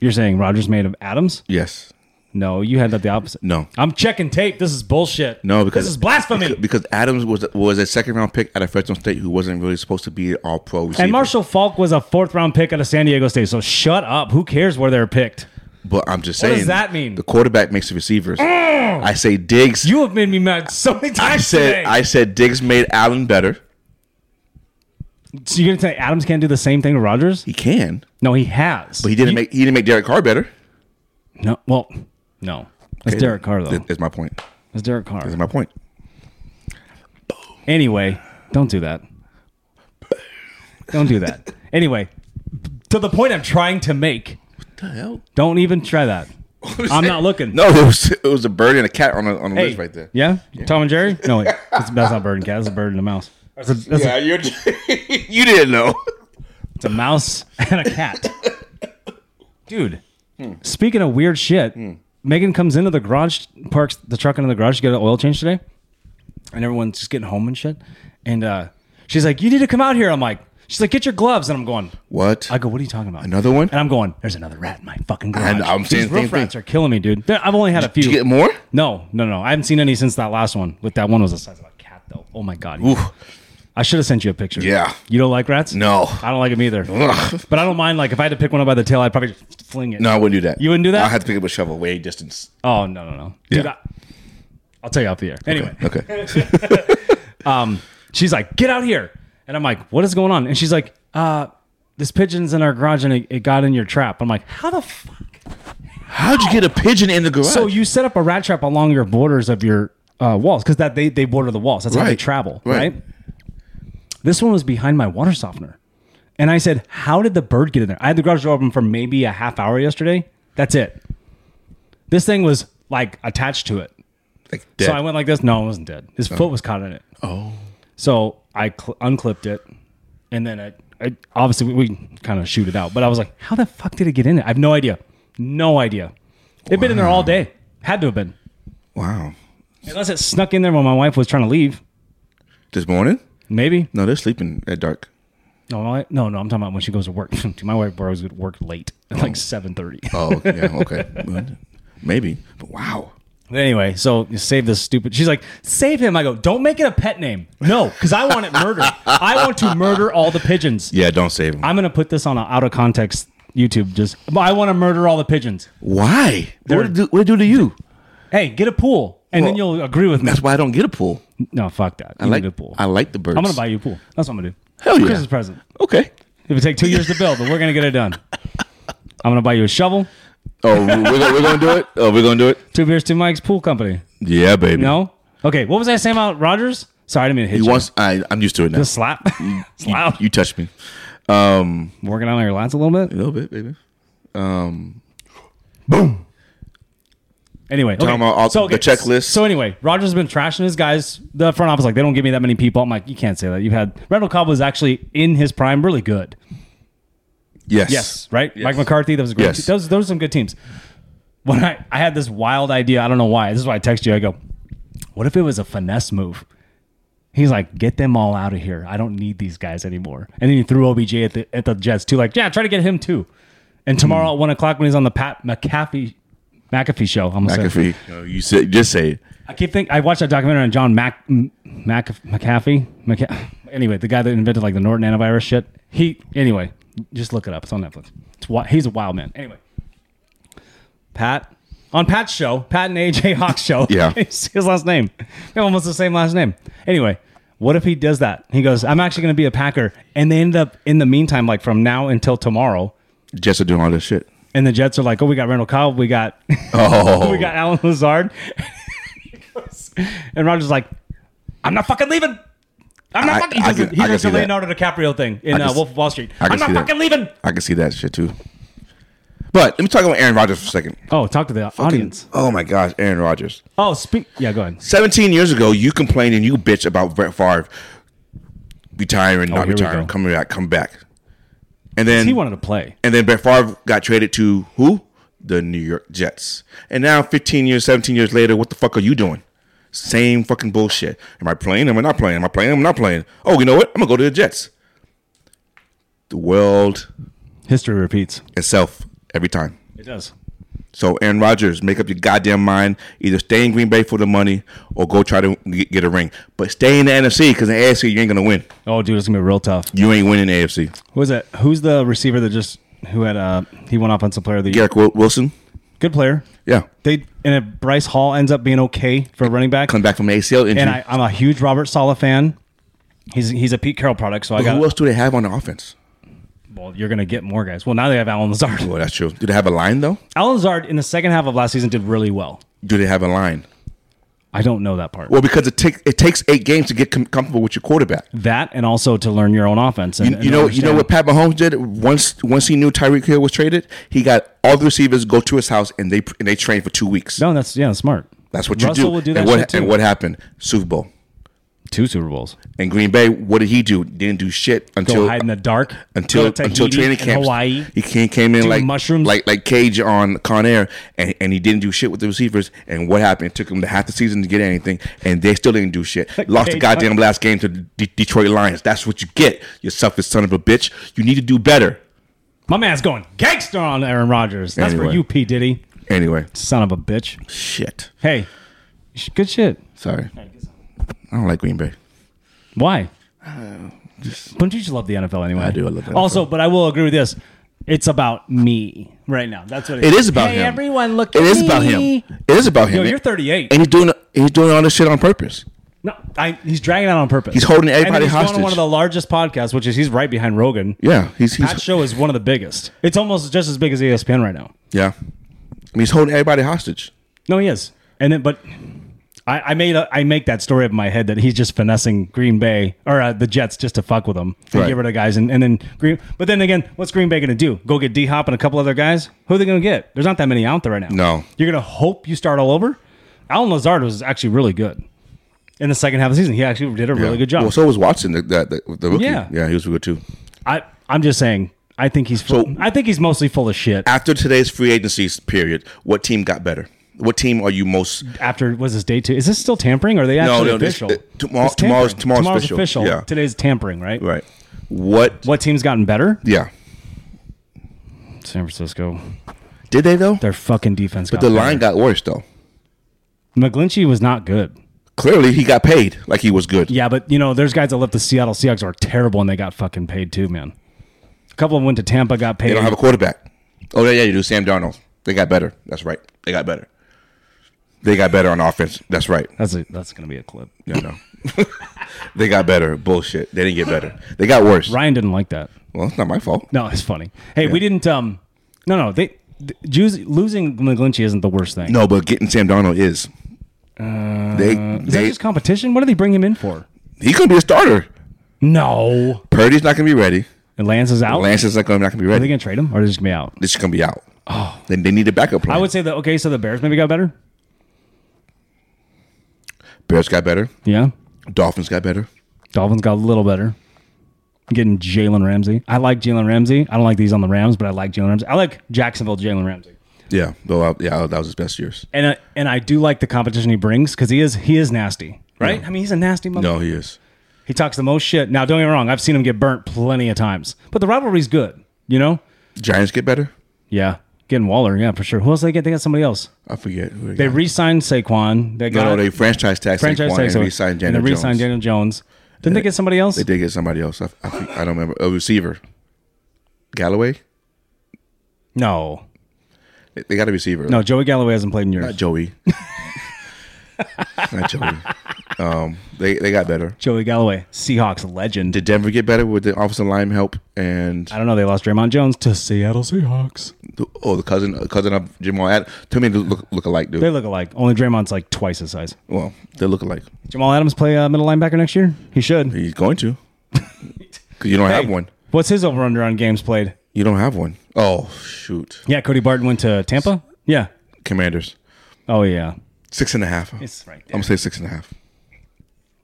Speaker 1: You're saying Rodgers made of Adams?
Speaker 2: Yes.
Speaker 1: No, you had that the opposite.
Speaker 2: No.
Speaker 1: I'm checking tape. This is bullshit.
Speaker 2: No, because
Speaker 1: this is blasphemy.
Speaker 2: Because Adams was was a second round pick out of Fresno State who wasn't really supposed to be an All Pro receiver.
Speaker 1: and Marshall Falk was a fourth round pick out of San Diego State. So shut up. Who cares where they're picked?
Speaker 2: but I'm just
Speaker 1: What
Speaker 2: saying.
Speaker 1: does that mean? Mm.
Speaker 2: The quarterback makes the receivers. I say Diggs.
Speaker 1: You have made me mad so many times
Speaker 2: I
Speaker 1: today.
Speaker 2: said I said Diggs made Allen better.
Speaker 1: so you're gonna say Adams can't do the same thing to Rodgers?
Speaker 2: He can,
Speaker 1: No, he has.
Speaker 2: but he didn't make he didn't make Derek Carr better.
Speaker 1: No, well, no. That's
Speaker 2: Okay,
Speaker 1: Derek Carr though.
Speaker 2: That- That's my point.
Speaker 1: That's Derek Carr.
Speaker 2: That's my point.
Speaker 1: Anyway, don't do that. Don't do that. Anyway, to the point I'm trying to make.
Speaker 2: What the hell?
Speaker 1: Don't even try that. I'm not looking.
Speaker 2: No, it was it was a bird and a cat on a on a
Speaker 1: Hey,
Speaker 2: list right there.
Speaker 1: Yeah? Tom and Jerry? No, wait. That's, that's not bird and cat. That's a bird and a mouse. That's a, that's a-
Speaker 2: Yeah, you're, you didn't know.
Speaker 1: it's a mouse and a cat. Dude,
Speaker 2: Hmm.
Speaker 1: speaking of weird shit, Megan comes into the garage, parks the truck into the garage to get an oil change today. And everyone's just getting home and shit. And uh, she's like, You need to come out here. I'm like, She's like, Get your gloves. And I'm going,
Speaker 2: What?
Speaker 1: I go, What are you talking about?
Speaker 2: Another one?
Speaker 1: And I'm going, There's another rat in my fucking garage.
Speaker 2: know, I'm saying
Speaker 1: These
Speaker 2: the same
Speaker 1: roof
Speaker 2: thing.
Speaker 1: rats are killing me, dude. There- I've only had a few.
Speaker 2: Did you get more?
Speaker 1: No, no, no. I haven't seen any since that last one. But that one was the size of a cat, though. Oh my god.
Speaker 2: Oof.
Speaker 1: I should have sent you a picture.
Speaker 2: Yeah.
Speaker 1: You don't like rats?
Speaker 2: No.
Speaker 1: I don't like them either.
Speaker 2: Ugh.
Speaker 1: But I don't mind. Like if I had to pick one up by the tail, I'd probably just fling it.
Speaker 2: No, I wouldn't do that.
Speaker 1: You wouldn't do that?
Speaker 2: I had to pick up a shovel way distance.
Speaker 1: Oh no no no. Dude,
Speaker 2: Yeah.
Speaker 1: I, I'll tell you off the air. Anyway,
Speaker 2: Okay.
Speaker 1: she's like, "Get out here!" And I'm like, "What is going on?" And she's like, "Uh, this pigeon's in our garage and it, it got in your trap." I'm like, "How the fuck?"
Speaker 2: How'd you get a pigeon in the garage?
Speaker 1: So you set up a rat trap along your borders of your uh, walls because that they they border the walls. That's how they
Speaker 2: Right.
Speaker 1: travel,
Speaker 2: Right.
Speaker 1: right. This one was behind my water softener, and I said, "How did the bird get in there?" I had the garage door open for maybe a half hour yesterday. That's it. This thing was like attached to it.
Speaker 2: like
Speaker 1: So I went like this. No, it wasn't dead. His foot was caught in it. Oh. So I cl- unclipped it, and then I, I obviously we, we kind of shoot it out. But I was like, how the fuck did it get in there? I have no idea. No idea. It'd been in there all day. Had to have been.
Speaker 2: wow.
Speaker 1: Unless it snuck in there when my wife was trying to leave.
Speaker 2: This morning?
Speaker 1: Maybe.
Speaker 2: No, they're sleeping at dark.
Speaker 1: No, my, no, no. I'm talking about when she goes to work. Dude, my wife always would work late at like 7.30.
Speaker 2: Oh, yeah. Okay. Well, Maybe. But wow.
Speaker 1: Anyway, so you save this stupid. She's like, save him. I go, don't make it a pet name. No, because I want it murdered. I want to murder all the pigeons.
Speaker 2: Yeah, don't save him.
Speaker 1: I'm gonna put this on an out of context YouTube. Just I want to murder all the pigeons.
Speaker 2: Why? What did, it do, what did it do to you?
Speaker 1: Hey, get a pool, and then
Speaker 2: Well-
Speaker 1: you'll agree with me.
Speaker 2: That's why I don't get a pool.
Speaker 1: No, fuck that. You
Speaker 2: I like
Speaker 1: need a pool.
Speaker 2: I like the birds.
Speaker 1: I'm gonna buy you a pool. That's what I'm gonna do.
Speaker 2: Hell yeah.
Speaker 1: Christmas present.
Speaker 2: Okay.
Speaker 1: It would take two years to build, but we're gonna get it done. I'm gonna buy you a shovel,
Speaker 2: Oh, we're, gonna- we're gonna do it. Oh, we're gonna do it.
Speaker 1: two beers, two mics, pool company.
Speaker 2: Yeah, baby.
Speaker 1: No, okay. What was I saying about Rogers? Sorry, I didn't mean to hit
Speaker 2: He
Speaker 1: you.
Speaker 2: wants. I, I'm used to it now.
Speaker 1: The slap. It's
Speaker 2: You-
Speaker 1: loud.
Speaker 2: You, touched me
Speaker 1: Working on your lats a little
Speaker 2: a
Speaker 1: bit.
Speaker 2: little bit, baby.
Speaker 1: Anyway, okay.
Speaker 2: Talking about all the checklist.
Speaker 1: So anyway, Rogers has been trashing his guys. The front office like they don't give me that many people. I'm like, you can't say that. You've had Randall Cobb was actually in his prime, really good.
Speaker 2: Yes.
Speaker 1: Yes, right. Mike McCarthy, that was a great.
Speaker 2: Yes.
Speaker 1: Those those are some good teams. When I I had this wild idea, I don't know why. This is why I text you. I go, what if it was a finesse move? He's like, get them all out of here. I don't need these guys anymore. And then he threw OBJ at the at the Jets too. Like, yeah, try to get him too. And
Speaker 2: Hmm.
Speaker 1: tomorrow at one o'clock when he's on the Pat McAfee McAfee show, I'm gonna say
Speaker 2: McAfee. No, you said. Just say it.
Speaker 1: I keep think I watched that documentary on John Mac, M- Mac McAfee. Maca- anyway, the guy that invented like the Norton antivirus shit. He anyway, just look it up. It's on Netflix. It's wi- he's a wild man. Anyway, Pat on Pat's show, Pat and AJ Hawk's show.
Speaker 2: Yeah.
Speaker 1: his last name. They have almost the same last name. Anyway, what if he does that? He goes, "I'm actually going to be a Packer," and they end up in the meantime, like from now until tomorrow.
Speaker 2: Jets are doing all this shit.
Speaker 1: And the Jets are like, oh, we got Randall Cobb, we got
Speaker 2: Oh,
Speaker 1: we got Alan Lazard. He goes- and Roger's like, I'm not fucking leaving. I'm not
Speaker 2: I-
Speaker 1: fucking. He
Speaker 2: I
Speaker 1: does,
Speaker 2: can-
Speaker 1: it- he
Speaker 2: I can
Speaker 1: does
Speaker 2: see
Speaker 1: the
Speaker 2: that.
Speaker 1: Leonardo DiCaprio thing in
Speaker 2: I can
Speaker 1: uh,
Speaker 2: s-
Speaker 1: Wolf of Wall Street.
Speaker 2: I can
Speaker 1: I'm not
Speaker 2: see that.
Speaker 1: fucking leaving.
Speaker 2: I can see that shit too. But let me talk about Aaron Rodgers for a second.
Speaker 1: Oh, talk to the audience.
Speaker 2: Oh my gosh, Aaron Rodgers.
Speaker 1: Oh, speak. Yeah, go ahead.
Speaker 2: 17 years ago, you complained and you bitch about Brett Favre retiring, not
Speaker 1: Oh, here we go.
Speaker 2: retiring, coming back, come back. And then
Speaker 1: He wanted to play.
Speaker 2: and then Brett Favre got traded to who? The New York Jets. And now 15 years, 17 years later, what the fuck are you doing? Same fucking bullshit. Am I playing? Am I not playing? Am I playing? Am I not playing? Oh, you know what? I'm gonna go to the Jets. The world
Speaker 1: History repeats.
Speaker 2: itself every time.
Speaker 1: It does.
Speaker 2: So Aaron Rodgers, make up your goddamn mind. Either stay in Green Bay for the money, or go try to get get a ring. But stay in the NFC because in the AFC you ain't gonna win.
Speaker 1: Oh, dude, it's gonna be real tough.
Speaker 2: You ain't winning the AFC.
Speaker 1: Who is it? Who's the receiver that just who had uh he won offensive player of the year?
Speaker 2: Garrett Wil- Wilson,
Speaker 1: Good player.
Speaker 2: yeah,
Speaker 1: They and if Bryce Hall ends up being okay for a running back.
Speaker 2: coming back from the ACL injury.
Speaker 1: And I, I'm a huge Robert Sala fan. He's he's a Pete Carroll product, so I
Speaker 2: But
Speaker 1: got
Speaker 2: who else do they have on the offense?
Speaker 1: Well, you're going to get more guys. Well, now they have Alan Lazard.
Speaker 2: Well, that's true. Do they have a line though?
Speaker 1: Alan Lazard in the second half of last season did really well.
Speaker 2: Do they have a line?
Speaker 1: I don't know that part.
Speaker 2: Well, because it takes it takes eight games to get com- comfortable with your quarterback.
Speaker 1: that and also to learn your own offense. And,
Speaker 2: You, you know, you know what Pat Mahomes did once once he knew Tyreek Hill was traded. He got all the receivers go to his house and they and they trained for two weeks.
Speaker 1: No, that's yeah, that's smart.
Speaker 2: That's what you
Speaker 1: Russell
Speaker 2: do.
Speaker 1: will do that
Speaker 2: and
Speaker 1: shit,
Speaker 2: what
Speaker 1: too.
Speaker 2: and what happened? Super Bowl.
Speaker 1: Two Super Bowls.
Speaker 2: And Green Bay, what did he do? Didn't do shit
Speaker 1: Go
Speaker 2: until
Speaker 1: hide in the dark
Speaker 2: until
Speaker 1: Go to
Speaker 2: until
Speaker 1: Tahiti
Speaker 2: training
Speaker 1: and
Speaker 2: camp.
Speaker 1: Hawaii.
Speaker 2: He came came in like
Speaker 1: mushrooms.
Speaker 2: like like Cage on Con Air, and, and he didn't do shit with the receivers. And what happened? It took him the half the season to get anything, and they still didn't do shit. Lost the
Speaker 1: Cage
Speaker 2: goddamn last game to the D- Detroit Lions. That's what you get. You selfish son of a bitch. You need to do better.
Speaker 1: My man's going gangster on Aaron Rodgers. That's for
Speaker 2: Anyway.
Speaker 1: you, P Diddy,
Speaker 2: Anyway,
Speaker 1: son of a bitch.
Speaker 2: shit.
Speaker 1: Hey, sh- good shit.
Speaker 2: Sorry, I don't like Green Bay.
Speaker 1: Why? Don't you just love the NFL anyway?
Speaker 2: Uh, I do, I love the
Speaker 1: Also, but I will agree with this. It's about me right now. That's what
Speaker 2: It is about
Speaker 1: hey,
Speaker 2: him.
Speaker 1: Everyone, look.
Speaker 2: It
Speaker 1: at
Speaker 2: is about him.
Speaker 1: me.
Speaker 2: It is about him.
Speaker 1: Yo, you're 38.
Speaker 2: and he's doing he's doing all this shit on purpose.
Speaker 1: No, I, he's dragging out on purpose.
Speaker 2: He's holding
Speaker 1: And then
Speaker 2: everybody
Speaker 1: he's going
Speaker 2: hostage.
Speaker 1: to one of the largest podcasts, which is he's right behind Rogan.
Speaker 2: Yeah, he's he's
Speaker 1: That show is one of the biggest. It's almost just as E big as ESPN right now.
Speaker 2: yeah. I mean, he's holding everybody hostage.
Speaker 1: No, he is. And then, but I, I made a, I make that story up in my head that he's just finessing Green Bay or uh, the Jets just to fuck with them and
Speaker 2: Right.
Speaker 1: get rid of guys. And, and then Green, but then again, what's Green Bay going to do? Go get D Hop and a couple other guys? Who are they going to get? There's not that many out there right now.
Speaker 2: No.
Speaker 1: you're going to hope you start all over. Alan Lazard was actually really good in the second half of the season. He actually did a really good job.
Speaker 2: Well, so was Watson, the, that the, the rookie.
Speaker 1: Yeah.
Speaker 2: yeah, he was good too.
Speaker 1: I I'm just saying. I think he's full,
Speaker 2: So-
Speaker 1: I think he's mostly full of shit.
Speaker 2: After today's free agency period, what team got better? What team are you most?
Speaker 1: After was this day two? Is this still tampering? Or are they
Speaker 2: No,
Speaker 1: actually
Speaker 2: no, this-
Speaker 1: official?
Speaker 2: uh, tomorrow-
Speaker 1: It's tampering.
Speaker 2: tomorrow's- tomorrow's official.
Speaker 1: official.
Speaker 2: Yeah.
Speaker 1: Today's tampering, right?
Speaker 2: Right. What?
Speaker 1: What team's gotten better?
Speaker 2: Yeah.
Speaker 1: San Francisco.
Speaker 2: Did they though?
Speaker 1: Their fucking defense. But
Speaker 2: The line got worse though.
Speaker 1: McGlinchey was not good.
Speaker 2: Clearly, he got paid like he was good.
Speaker 1: Yeah, but you know, there's guys that left the Seattle Seahawks who are terrible and they got fucking paid too, man. A couple of them went to Tampa, got paid.
Speaker 2: They don't have a quarterback. Oh yeah, yeah, you do. Sam Darnold. They got better. That's right. They got better. They got better on offense. That's right.
Speaker 1: that's a, that's gonna be a clip.
Speaker 2: No, no. they got better. Bullshit. They didn't get better. They got worse.
Speaker 1: Ryan didn't like that.
Speaker 2: Well, it's not my fault.
Speaker 1: No, it's funny. Hey, we didn't. Um, no, no, they. th- Jews, losing McGlinchey isn't the worst thing.
Speaker 2: No, but getting Sam Darnold is. they
Speaker 1: Uh, Is that
Speaker 2: they
Speaker 1: just competition? What do they bring him in for?
Speaker 2: he could be a starter.
Speaker 1: No.
Speaker 2: Purdy's not gonna be ready.
Speaker 1: And Lance is out.
Speaker 2: Lance is not gonna not gonna be
Speaker 1: Are they
Speaker 2: ready.
Speaker 1: going to trade him or are they just going to be out?
Speaker 2: This is gonna be out. Oh, they, they need a backup plan.
Speaker 1: I would say that, okay, so the Bears maybe got better.
Speaker 2: Bears got better.
Speaker 1: Yeah.
Speaker 2: Dolphins got better.
Speaker 1: Dolphins got a little better. Getting Jalen Ramsey. I like Jalen Ramsey. I don't like these on the Rams, but I like Jalen Ramsey. I like Jacksonville Jalen Ramsey.
Speaker 2: Yeah, though. uh, yeah, that was his best years.
Speaker 1: And I, and I do like the competition he brings because he is he is nasty, right? I mean, he's a nasty mother.
Speaker 2: No, he is.
Speaker 1: He talks the most shit. Now, don't get me wrong. I've seen him get burnt plenty of times, but the rivalry's good, you know?
Speaker 2: Giants get better.
Speaker 1: Yeah. Getting Waller, yeah, for sure. Who else they get? They got somebody else.
Speaker 2: I forget. Who
Speaker 1: They
Speaker 2: got.
Speaker 1: re-signed Saquon. They got
Speaker 2: no, no, they franchise tax
Speaker 1: franchise tag,
Speaker 2: franchise
Speaker 1: so-
Speaker 2: and re-signed
Speaker 1: and
Speaker 2: Daniel
Speaker 1: they
Speaker 2: Jones.
Speaker 1: re-signed Daniel Jones. Didn't they get somebody else?
Speaker 2: They did get somebody else. I, I, think- I don't remember. A receiver. Galloway.
Speaker 1: No,
Speaker 2: They- They got a receiver.
Speaker 1: no. Joey Galloway hasn't played in
Speaker 2: not
Speaker 1: years.
Speaker 2: Joey. not Joey. Um, they they got better.
Speaker 1: Joey Galloway, Seahawks legend.
Speaker 2: Did Denver get better with the offensive line help and
Speaker 1: I don't know. They lost Draymond Jones to Seattle Seahawks.
Speaker 2: the, oh the cousin cousin of Jamal Adams? Tell me they look look alike, dude.
Speaker 1: They look alike. Only Draymond's like twice his size.
Speaker 2: well, they look alike.
Speaker 1: Jamal Adams play uh, middle linebacker next year. He should.
Speaker 2: He's going to because you don't have one.
Speaker 1: What's his over under on games played?
Speaker 2: You don't have one. Oh shoot,
Speaker 1: Yeah, Cody Barton went to Tampa. Yeah.
Speaker 2: Commanders
Speaker 1: Oh yeah.
Speaker 2: six and a half.
Speaker 1: It's right
Speaker 2: I'm gonna say six and a half.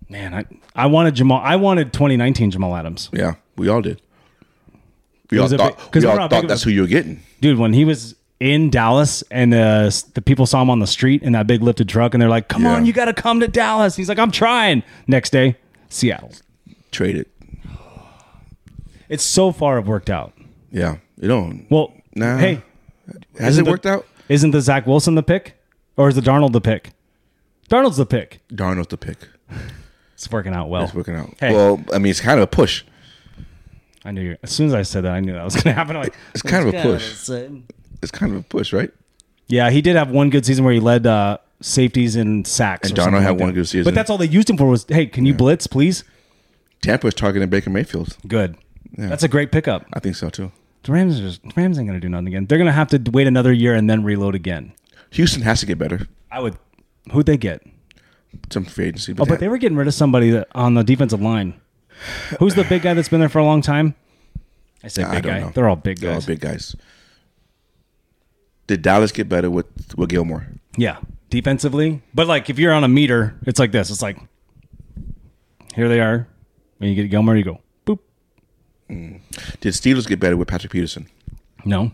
Speaker 1: Man, I I wanted Jamal. I wanted 2019 Jamal Adams,
Speaker 2: Yeah, we all did. We all
Speaker 1: was a big-
Speaker 2: thought,
Speaker 1: 'cause
Speaker 2: we
Speaker 1: we're
Speaker 2: all
Speaker 1: not big
Speaker 2: thought
Speaker 1: of
Speaker 2: that's
Speaker 1: a-
Speaker 2: who you were getting.
Speaker 1: dude. When he was in Dallas and uh, s- the people saw him on the street in that big lifted truck, and they're like, "Come
Speaker 2: Yeah.
Speaker 1: on, you got to come to Dallas." He's like, "I'm trying." Next day, Seattle.
Speaker 2: Traded.
Speaker 1: It's so far have worked out.
Speaker 2: Yeah, you don't.
Speaker 1: Well,
Speaker 2: Nah.
Speaker 1: hey,
Speaker 2: Has
Speaker 1: isn't
Speaker 2: it
Speaker 1: the-
Speaker 2: worked out?
Speaker 1: Isn't the Zach Wilson the pick, or is the Darnold the pick? Darnold's the pick.
Speaker 2: Darnold's the pick.
Speaker 1: It's working out well.
Speaker 2: It's working out.
Speaker 1: Oh. Hey.
Speaker 2: Well, I mean, it's kind of a push.
Speaker 1: I knew. you as soon as I said that, I knew that was going to happen. I'm like,
Speaker 2: It's kind of a push. It's kind of a push, right?
Speaker 1: yeah, he did have one good season where he led uh, safeties and sacks.
Speaker 2: And
Speaker 1: or something
Speaker 2: Darnold had
Speaker 1: like
Speaker 2: one
Speaker 1: that.
Speaker 2: good season.
Speaker 1: But that's all they used him for was, hey, can you blitz, please?
Speaker 2: Tampa is targeting Baker Mayfield.
Speaker 1: Good. That's a great pickup.
Speaker 2: I think so too.
Speaker 1: The Rams, are just, the Rams ain't going to do nothing again. They're going to have to wait another year and then reload again.
Speaker 2: Houston has to get better.
Speaker 1: I would. Who'd they get?
Speaker 2: Some free agency,
Speaker 1: Oh,
Speaker 2: but,
Speaker 1: but
Speaker 2: they,
Speaker 1: they were getting rid of somebody that, on the defensive line. Who's the big guy that's been there for a long time? I say
Speaker 2: I
Speaker 1: big
Speaker 2: don't
Speaker 1: guy.
Speaker 2: know.
Speaker 1: They're all big
Speaker 2: they're all
Speaker 1: guys.
Speaker 2: big guys. Did Dallas get better with with Gilmore?
Speaker 1: Yeah, defensively. But like, if you're on a meter, it's like this. It's like here they are. When you get Gilmore, you go boop.
Speaker 2: Did Steelers get better with Patrick Peterson?
Speaker 1: No,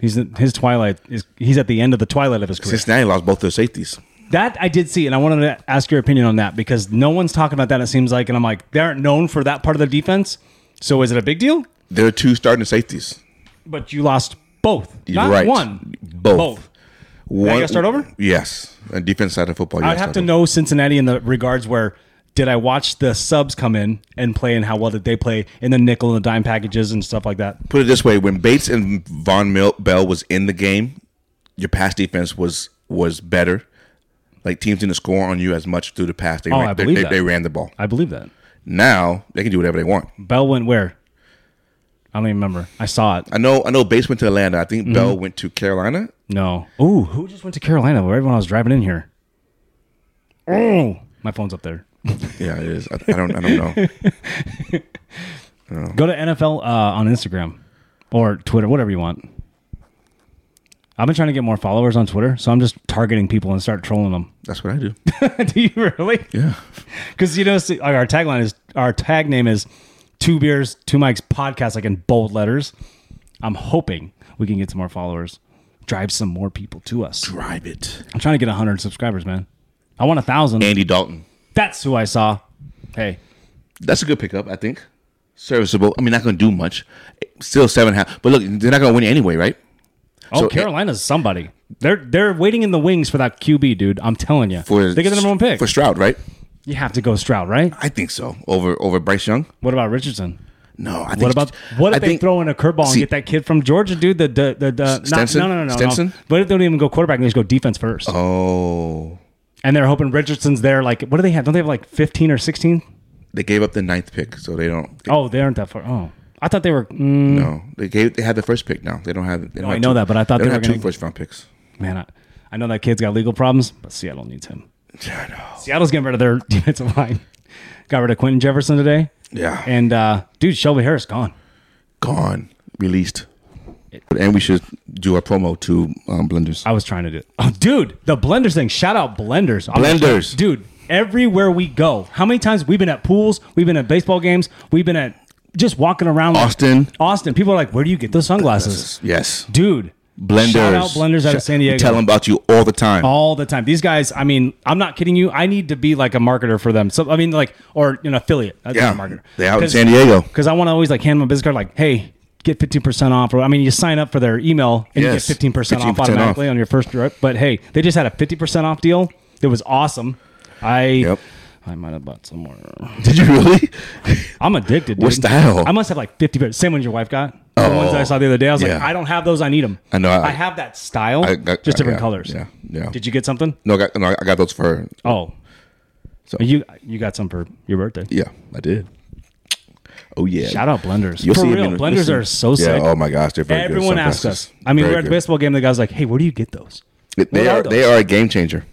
Speaker 1: he's in, his twilight is he's at the end of the twilight of his career.
Speaker 2: Cincinnati lost both their safeties.
Speaker 1: That I did see, and I wanted to ask your opinion on that because no one's talking about that. It seems like, and I'm like, they aren't known for that part of the defense. So is it a big deal?
Speaker 2: There are two starting safeties.
Speaker 1: But you lost both,
Speaker 2: You're
Speaker 1: not
Speaker 2: right.
Speaker 1: one,
Speaker 2: Both.
Speaker 1: both.
Speaker 2: One,
Speaker 1: gotta start over?
Speaker 2: Yes, on defense side of football. you
Speaker 1: I'd
Speaker 2: gotta
Speaker 1: have to
Speaker 2: start
Speaker 1: know Cincinnati in the regards where did I watch the subs come in and play, and how well did they play in the nickel and the dime packages and stuff like that?
Speaker 2: Put it this way: when Bates and Von Mil- Bell was in the game, your pass defense was was better. Like teams didn't score on you as much through the pass. They,
Speaker 1: Oh,
Speaker 2: ran,
Speaker 1: I
Speaker 2: they,
Speaker 1: believe
Speaker 2: they-
Speaker 1: that.
Speaker 2: they ran the ball.
Speaker 1: I believe that
Speaker 2: Now they can do whatever they want.
Speaker 1: Bell went where? I don't even remember. I saw it.
Speaker 2: I know. I know. Bates went to Atlanta. I think
Speaker 1: Mm-hmm.
Speaker 2: Bell went to Carolina.
Speaker 1: No. Ooh, who just went to Carolina right when I was driving in here? Oh, my phone's up there.
Speaker 2: Yeah, it is. I, I don't. I don't know.
Speaker 1: Go to NFL uh, on Instagram or Twitter, whatever you want. I've been trying to get more followers on Twitter, so I'm just targeting people and start trolling them.
Speaker 2: That's what I do.
Speaker 1: Do you really?
Speaker 2: Yeah.
Speaker 1: Because you know, see, like our tagline is our tag name is Two Beers, Two Mics Podcast, like in bold letters. I'm hoping we can get some more followers, drive some more people to us.
Speaker 2: Drive it.
Speaker 1: I'm trying to get 100 subscribers, man. I want a thousand.
Speaker 2: Andy Dalton.
Speaker 1: That's who I saw. Hey,
Speaker 2: That's a good pickup. I think. Serviceable. I mean, not going to do much. Still seven half. But look, they're not going to win anyway, right?
Speaker 1: oh,
Speaker 2: So-
Speaker 1: Carolina's somebody. They're they're waiting in the wings for that QB, dude. I'm telling you.
Speaker 2: For
Speaker 1: they get the number one pick.
Speaker 2: for Stroud, right?
Speaker 1: you have to go Stroud, right?
Speaker 2: I think so. Over over Bryce Young.
Speaker 1: What about Richardson?
Speaker 2: No, I think.
Speaker 1: What about what if
Speaker 2: I
Speaker 1: they throw in a curveball and
Speaker 2: see-
Speaker 1: get that kid from Georgia, dude? The the the, the not-
Speaker 2: Stenson?
Speaker 1: No, no, no, no,
Speaker 2: Stenson?
Speaker 1: no. But if they don't even go quarterback, they just go defense first,
Speaker 2: Oh,
Speaker 1: and they're hoping Richardson's there. Like, what do they have? Don't they have like fifteen or sixteen?
Speaker 2: they gave up the ninth pick, so they don't. They,
Speaker 1: Oh, they aren't that far. Oh, I thought they were. Mm,
Speaker 2: No, they gave. They had the first pick now. They don't have. They don't
Speaker 1: I
Speaker 2: have
Speaker 1: know
Speaker 2: two-
Speaker 1: that, but I thought
Speaker 2: they
Speaker 1: they
Speaker 2: don't
Speaker 1: were
Speaker 2: have two
Speaker 1: gonna-
Speaker 2: first round picks.
Speaker 1: man, I, I know that kid's got legal problems, but Seattle needs him.
Speaker 2: Yeah, I know.
Speaker 1: Seattle's getting rid of their defensive line. Got rid of Quentin Jefferson today,
Speaker 2: Yeah,
Speaker 1: and uh, dude, Shelby Harris gone.
Speaker 2: gone, released. And we should do a promo to um, Blenders.
Speaker 1: I was trying to do. Oh, dude, the blenders thing. Shout out blenders. I'm-
Speaker 2: Blenders.
Speaker 1: dude. Everywhere we go, how many times we've been at pools, we've been at baseball games, we've been at just walking around like-
Speaker 2: Austin.
Speaker 1: Austin. People are like, "Where do you get those sunglasses,
Speaker 2: Yes,
Speaker 1: dude?"
Speaker 2: Blenders.
Speaker 1: Shout out blenders out of
Speaker 2: Sh-
Speaker 1: San
Speaker 2: we
Speaker 1: Diego.
Speaker 2: Tell them about you all the time.
Speaker 1: all the time. These guys, I mean, I'm not kidding you. I need to be like a marketer for them. So I mean, like, or an affiliate. That's
Speaker 2: Yeah,
Speaker 1: not a marketer.
Speaker 2: they're out in San Diego.
Speaker 1: Because I want to always like hand my business card, like, hey, get 15% off. Or I mean, you sign up for their email and
Speaker 2: Yes,
Speaker 1: you get 15% off
Speaker 2: 15%
Speaker 1: automatically on your first trip. But hey, they just had a 50% off deal. It was awesome. I
Speaker 2: Yep.
Speaker 1: I might have bought some more.
Speaker 2: Did you really?
Speaker 1: I'm addicted. Dude.
Speaker 2: What style?
Speaker 1: I must have like 50. Same ones your wife got. Oh, the
Speaker 2: Oh,
Speaker 1: ones that I saw the other day. I was like,
Speaker 2: yeah.
Speaker 1: I don't have those. I need them.
Speaker 2: I know, I-
Speaker 1: I, have that style,
Speaker 2: I got-
Speaker 1: just different
Speaker 2: yeah,
Speaker 1: colors.
Speaker 2: yeah, yeah.
Speaker 1: Did you get something?
Speaker 2: no, I got, no, I got those for her.
Speaker 1: Oh,
Speaker 2: So-
Speaker 1: you you got some for your birthday.
Speaker 2: Yeah, I did. Oh yeah.
Speaker 1: Shout out blenders.
Speaker 2: You'll
Speaker 1: for
Speaker 2: see 'em
Speaker 1: real,
Speaker 2: in- you'll
Speaker 1: blenders
Speaker 2: see-
Speaker 1: are so
Speaker 2: yeah,
Speaker 1: sick.
Speaker 2: Oh my gosh, they're very good
Speaker 1: Everyone asks us.
Speaker 2: sunglasses.
Speaker 1: I mean,
Speaker 2: Very
Speaker 1: we're at the
Speaker 2: good.
Speaker 1: baseball game. The guy's like, "Hey, where do you get those?
Speaker 2: They
Speaker 1: What are
Speaker 2: are, they are a game changer.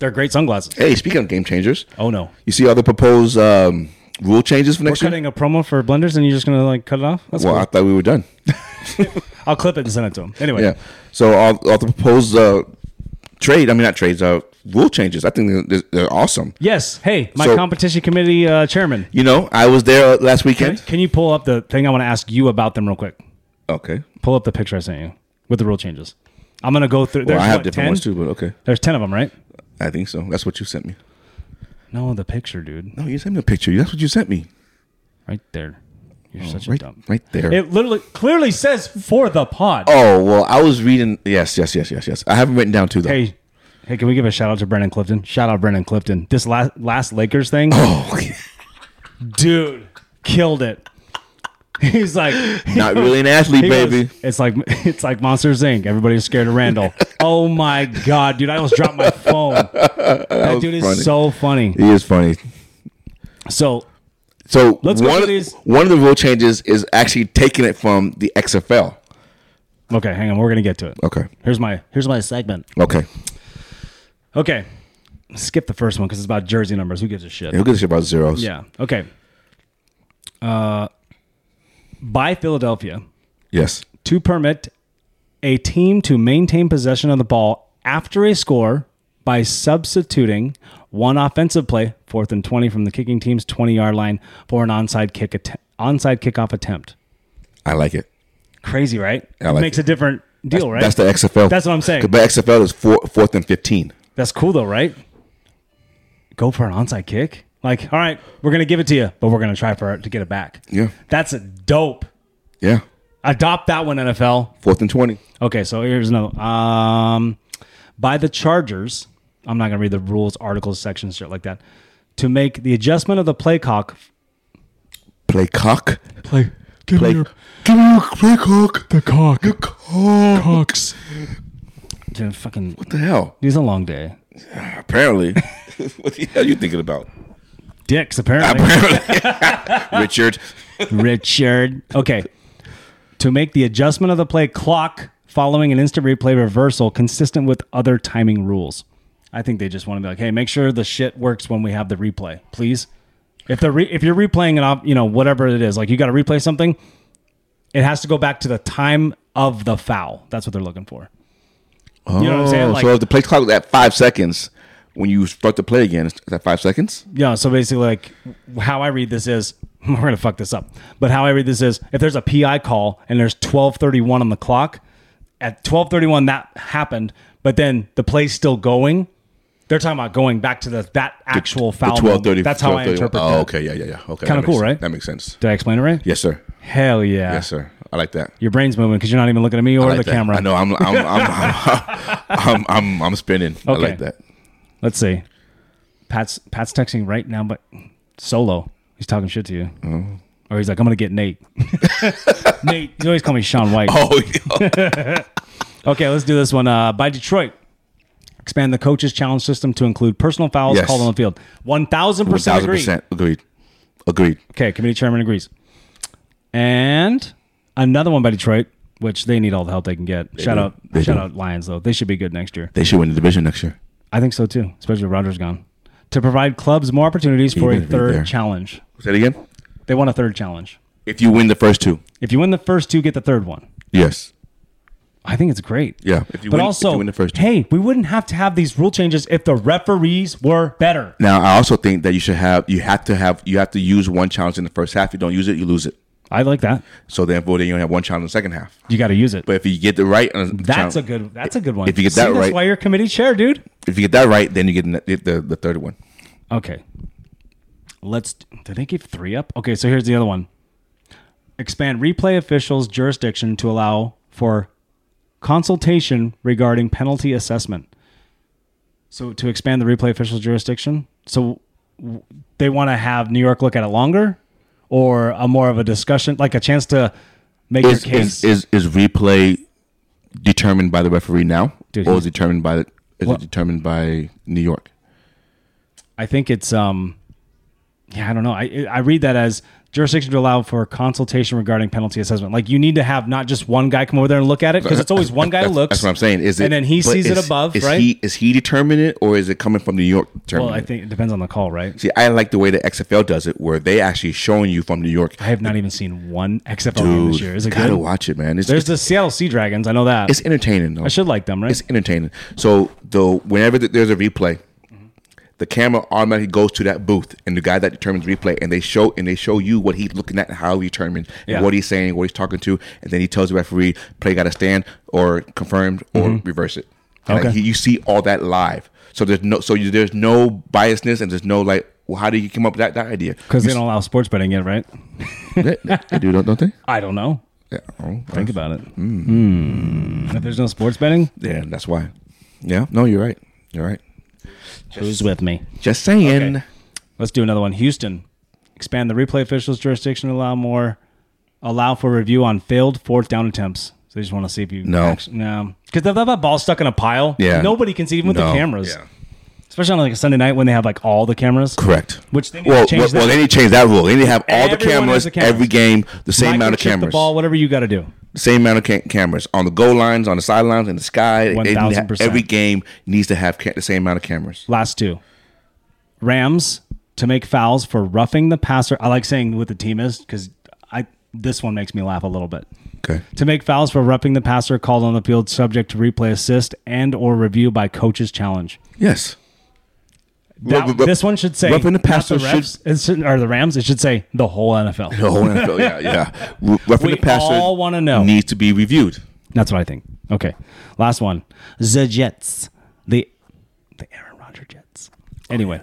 Speaker 1: They're great sunglasses."
Speaker 2: Hey, speaking of game changers,
Speaker 1: Oh no,
Speaker 2: you see all the proposed um, rule changes for
Speaker 1: we're
Speaker 2: next year.
Speaker 1: cutting a promo for blenders, and you're just gonna like cut it off? That's
Speaker 2: Well, I
Speaker 1: cool.
Speaker 2: thought we were done.
Speaker 1: I'll clip it and send it to him. Anyway,
Speaker 2: Yeah. So all, all the proposed uh, trade, I mean not trades, uh, rule changes. I think they're, they're awesome.
Speaker 1: yes. Hey, my
Speaker 2: So-
Speaker 1: competition committee uh, chairman,
Speaker 2: You know, I was there uh, last weekend.
Speaker 1: can you pull up the thing I want to ask you about them real quick?
Speaker 2: Okay.
Speaker 1: Pull up the picture I sent you with the rule changes. I'm gonna go through.
Speaker 2: Well,
Speaker 1: there's
Speaker 2: I have
Speaker 1: what,
Speaker 2: different
Speaker 1: 10?
Speaker 2: ones too, but okay.
Speaker 1: There's ten of them, right?
Speaker 2: I think so. That's what you sent me.
Speaker 1: No, the picture, dude,
Speaker 2: No, you sent me a picture. That's what you sent me.
Speaker 1: right there. You're such a
Speaker 2: Oh, Right,
Speaker 1: dumb.
Speaker 2: right there.
Speaker 1: It literally clearly says for the pod.
Speaker 2: oh well, I was reading. Yes, yes, yes, yes, yes. I haven't written down too though.
Speaker 1: Hey, hey, can we give a shout out to Brendan Clifton? Shout out Brendan Clifton. This last last Lakers thing,
Speaker 2: Oh,
Speaker 1: dude, killed it. He's like,
Speaker 2: not really an athlete,
Speaker 1: he goes-
Speaker 2: baby.
Speaker 1: it's like it's like Monsters Inc. Everybody's scared of Randall. oh my god, dude! I almost dropped my phone. That, dude is
Speaker 2: funny.
Speaker 1: so funny.
Speaker 2: He is funny.
Speaker 1: So
Speaker 2: So
Speaker 1: Let's go
Speaker 2: one,
Speaker 1: through
Speaker 2: of,
Speaker 1: these.
Speaker 2: one of the rule changes is actually taking it from the XFL.
Speaker 1: okay, hang on, we're gonna get to it.
Speaker 2: Okay.
Speaker 1: Here's my here's my segment.
Speaker 2: Okay.
Speaker 1: Okay, skip the first one because it's about jersey numbers. Who gives a shit?
Speaker 2: Who gives a shit about zeros?
Speaker 1: Yeah. Okay. Uh, by Philadelphia
Speaker 2: Yes.
Speaker 1: to permit a team to maintain possession of the ball after a score by substituting one offensive play, fourth and twenty, from the kicking team's twenty-yard line for an onside kick att- onside kickoff attempt.
Speaker 2: I like it.
Speaker 1: Crazy, right?
Speaker 2: I like
Speaker 1: Makes a different deal, right?
Speaker 2: That's the XFL.
Speaker 1: That's what I'm saying.
Speaker 2: 'Cause But XFL is four, fourth and 15.
Speaker 1: That's cool though, right? Go for an onside kick. Like, all right, we're gonna give it to you, but we're gonna try for it to get it back.
Speaker 2: Yeah.
Speaker 1: That's a dope.
Speaker 2: Yeah.
Speaker 1: Adopt that one, NFL.
Speaker 2: Fourth and 20.
Speaker 1: Okay, so here's another. Um, by the Chargers, I'm not gonna read the rules, articles, sections, shit like that. to make the adjustment of the play cock.
Speaker 2: Play cock.
Speaker 1: Play. Give
Speaker 2: Play. Give me your play cock. The cock. The cock.
Speaker 1: cocks. Dude, fucking.
Speaker 2: What the hell?
Speaker 1: It was a long day.
Speaker 2: Apparently. what the hell are you thinking about?
Speaker 1: Dicks, apparently.
Speaker 2: Apparently. Richard.
Speaker 1: Richard. Okay. To make the adjustment of the play clock following an instant replay reversal consistent with other timing rules. I think they just want to be like, hey, make sure the shit works when we have the replay, please. If the re- if you're replaying an op, you know whatever it is, like you got to replay something, it has to go back to the time of the foul. That's what they're looking for. You know what I'm saying?
Speaker 2: Oh,
Speaker 1: Like,
Speaker 2: so if the play clock was at five seconds, when you start to play again, is that five seconds?
Speaker 1: Yeah, so basically, like how I read this is we're gonna fuck this up. But how I read this is if there's a PI call and there's twelve thirty one on the clock, at twelve thirty one that happened, but then the play's still going. They're talking about going back to the that actual foul.
Speaker 2: The
Speaker 1: moment.
Speaker 2: 1230.
Speaker 1: That's how I interpret.
Speaker 2: Oh,
Speaker 1: that.
Speaker 2: okay. Yeah, yeah, yeah. Okay.
Speaker 1: Kinda
Speaker 2: that
Speaker 1: cool,
Speaker 2: makes-
Speaker 1: right?
Speaker 2: That makes sense.
Speaker 1: Did I explain it right?
Speaker 2: Yes, sir.
Speaker 1: Hell yeah.
Speaker 2: Yes, sir. I like that.
Speaker 1: Your brain's moving because you're not even looking at me or
Speaker 2: I like
Speaker 1: the
Speaker 2: that.
Speaker 1: camera.
Speaker 2: I know. I'm. I'm. I'm. I'm. I'm, I'm, I'm spinning. I
Speaker 1: Okay.
Speaker 2: like that.
Speaker 1: Let's see. Pat's Pat's texting right now, but solo. He's talking shit to you.
Speaker 2: Mm-hmm.
Speaker 1: Or he's like, I'm gonna get Nate. Nate, you always call me Sean White.
Speaker 2: Oh, yeah. Oh.
Speaker 1: Okay, let's do this one. Uh, by Detroit, expand the coaches' challenge system to include personal fouls
Speaker 2: Yes.
Speaker 1: called on the field. One thousand percent
Speaker 2: thousand
Speaker 1: agree.
Speaker 2: percent agreed. Agreed.
Speaker 1: Okay, committee chairman agrees. And another one by Detroit, which they need all the help they can get. shout
Speaker 2: do.
Speaker 1: out,
Speaker 2: They
Speaker 1: shout
Speaker 2: do.
Speaker 1: out Lions though. They should be good next year.
Speaker 2: They should win the division next year.
Speaker 1: I think so too, especially with Rogers gone. To provide clubs more opportunities for a
Speaker 2: better be there.
Speaker 1: third challenge,
Speaker 2: Say it again.
Speaker 1: they want a third challenge.
Speaker 2: If you win the first two,
Speaker 1: If you win the first two, get the third one.
Speaker 2: yes,
Speaker 1: I think it's great.
Speaker 2: yeah. If you
Speaker 1: But
Speaker 2: win,
Speaker 1: also,
Speaker 2: if you win the first two.
Speaker 1: hey, we wouldn't have to have these rule changes if the referees were better.
Speaker 2: Now, I also think that you should have. You have to have. You have to use one challenge in the first half. If you don't use it, you lose it.
Speaker 1: I like that.
Speaker 2: So therefore, then you only have one challenge in the second half.
Speaker 1: You got to use it.
Speaker 2: But if you get the right, uh,
Speaker 1: that's
Speaker 2: challenge-
Speaker 1: a good. That's a good one.
Speaker 2: If you get
Speaker 1: See,
Speaker 2: that
Speaker 1: that's
Speaker 2: right-
Speaker 1: why you're committee chair, dude.
Speaker 2: If you get that right, then you get the the, the third one.
Speaker 1: Okay, let's. Did they give three up? Okay, so here's the other one. Expand replay officials' jurisdiction to allow for consultation regarding penalty assessment. So to expand the replay officials' jurisdiction, so w- they want to have New York look at it longer, or a more of a discussion, like a chance to make
Speaker 2: Is
Speaker 1: your case.
Speaker 2: is, is is replay determined by the referee now,
Speaker 1: Dude,
Speaker 2: or
Speaker 1: he's-
Speaker 2: is determined by the, is
Speaker 1: Well-
Speaker 2: it determined by New York?
Speaker 1: I think it's um, yeah, I don't know. I I read that as jurisdiction to allow for consultation regarding penalty assessment. Like you need to have not just one guy come over there and look at it because it's always one guy
Speaker 2: That's-
Speaker 1: looks.
Speaker 2: That's what I'm saying. Is it,
Speaker 1: and then he
Speaker 2: but
Speaker 1: sees it
Speaker 2: is-
Speaker 1: above,
Speaker 2: is
Speaker 1: right?
Speaker 2: He, is he determining it, or is it coming from New York?
Speaker 1: well,
Speaker 2: Determining
Speaker 1: I
Speaker 2: it?
Speaker 1: think it depends on the call, right?
Speaker 2: See, I like the way the XFL does it, where they actually showing you from New York.
Speaker 1: I have not even seen one XFL game this year. Is it
Speaker 2: gotta
Speaker 1: good?
Speaker 2: watch it, man. It's
Speaker 1: There's
Speaker 2: it's,
Speaker 1: the Seattle Sea Dragons. I know that.
Speaker 2: it's entertaining though.
Speaker 1: I should like them, right?
Speaker 2: It's entertaining. So though, whenever th- there's a replay, the camera automatically goes to that booth and the guy that determines replay, and they show and they show you what he's looking at, and how he determines, and
Speaker 1: Yeah.
Speaker 2: what he's saying, what he's talking to, and then he tells the referee, play got to stand or confirmed or reverse it. And, like,
Speaker 1: Mm-hmm. Okay.
Speaker 2: he- you see all that live. So there's no so you, there's no biasness and there's no like. Well, how did you come up with that, that idea?
Speaker 1: Because they don't allow sports betting yet, right?
Speaker 2: they, they do, don't, don't they?
Speaker 1: I don't know.
Speaker 2: Yeah, oh, I don't-
Speaker 1: Think about it. Hmm. If there's no sports betting,
Speaker 2: yeah, that's why. Yeah, no, you're right. You're right.
Speaker 1: who's with me?
Speaker 2: Just saying.
Speaker 1: Okay. Let's do another one. Houston, expand the replay officials' jurisdiction to allow more, allow for review on failed fourth down attempts. So they just want to see if you
Speaker 2: No.
Speaker 1: actu- no, because they have that ball stuck in a pile.
Speaker 2: Yeah.
Speaker 1: nobody can see even with the
Speaker 2: No.
Speaker 1: cameras,
Speaker 2: Yeah.
Speaker 1: especially on like a Sunday night when they have like all the cameras.
Speaker 2: Correct.
Speaker 1: Which they need
Speaker 2: well,
Speaker 1: to change
Speaker 2: well, well,
Speaker 1: that.
Speaker 2: they need to change that rule. They need to have all the
Speaker 1: Everyone has
Speaker 2: cameras,
Speaker 1: the cameras.
Speaker 2: every game, the same amount of
Speaker 1: Microchip the
Speaker 2: cameras,
Speaker 1: ball, whatever you got to do.
Speaker 2: same amount of ca- cameras on the goal lines, on the sidelines, in the sky. They need to have-
Speaker 1: 1000%.
Speaker 2: Every game needs to have ca- the same amount of cameras.
Speaker 1: Last two, Rams to make fouls for roughing the passer. I like saying what the team is because I this one makes me laugh a little bit.
Speaker 2: Okay.
Speaker 1: to make fouls for roughing the passer called on the field subject to replay assist and or review by coach's challenge.
Speaker 2: Yes.
Speaker 1: That-
Speaker 2: Ru- ru-
Speaker 1: this one should say
Speaker 2: roughing the
Speaker 1: not
Speaker 2: passer
Speaker 1: the refs, it should- or the Rams. It should say the whole NFL.
Speaker 2: The whole NFL. Yeah, yeah. Ru- Roughing
Speaker 1: We
Speaker 2: the passer
Speaker 1: all wanna know.
Speaker 2: needs to be reviewed.
Speaker 1: That's what I think. Okay, last one. The Jets, the the Aaron Rodgers Jets.
Speaker 2: Oh,
Speaker 1: Anyway,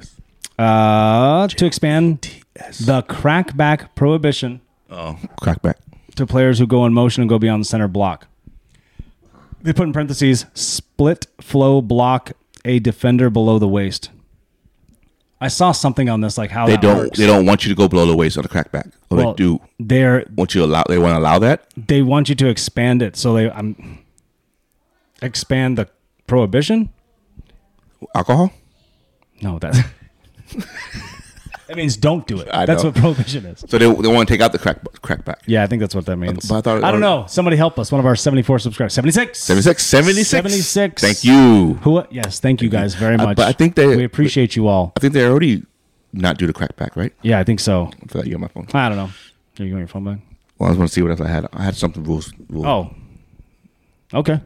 Speaker 1: uh, to expand the crackback prohibition
Speaker 2: Oh, crackback.
Speaker 1: to players who go in motion and go beyond the center block. They put in parentheses split flow block a defender below the waist. I saw something on this, like how
Speaker 2: They
Speaker 1: that
Speaker 2: don't.
Speaker 1: works.
Speaker 2: They don't want you to go below the waist on a crackback. Well,
Speaker 1: Well,
Speaker 2: they do
Speaker 1: They're
Speaker 2: want you to allow. They want to allow that.
Speaker 1: they want you to expand it, so they um, expand the prohibition.
Speaker 2: Alcohol.
Speaker 1: No, that's that means don't do it.
Speaker 2: I
Speaker 1: that's
Speaker 2: know.
Speaker 1: what prohibition is.
Speaker 2: So they, they want to take out the crack crackback.
Speaker 1: Yeah, I think that's what that means.
Speaker 2: But I thought-
Speaker 1: don't know. Somebody help us. One of our seventy-four subscribers, seventy-six.
Speaker 2: 76? 76.
Speaker 1: 76.
Speaker 2: Thank you.
Speaker 1: Who? Yes, thank you guys very
Speaker 2: I-
Speaker 1: much.
Speaker 2: but I think they-
Speaker 1: we appreciate you all.
Speaker 2: I think they're already not due to crackback, right?
Speaker 1: Yeah, I think so.
Speaker 2: I feel like you on my phone.
Speaker 1: I don't know. Here, you want your phone back?
Speaker 2: Well, I just want to see what else I had. I had something rules. rules.
Speaker 1: Oh, okay.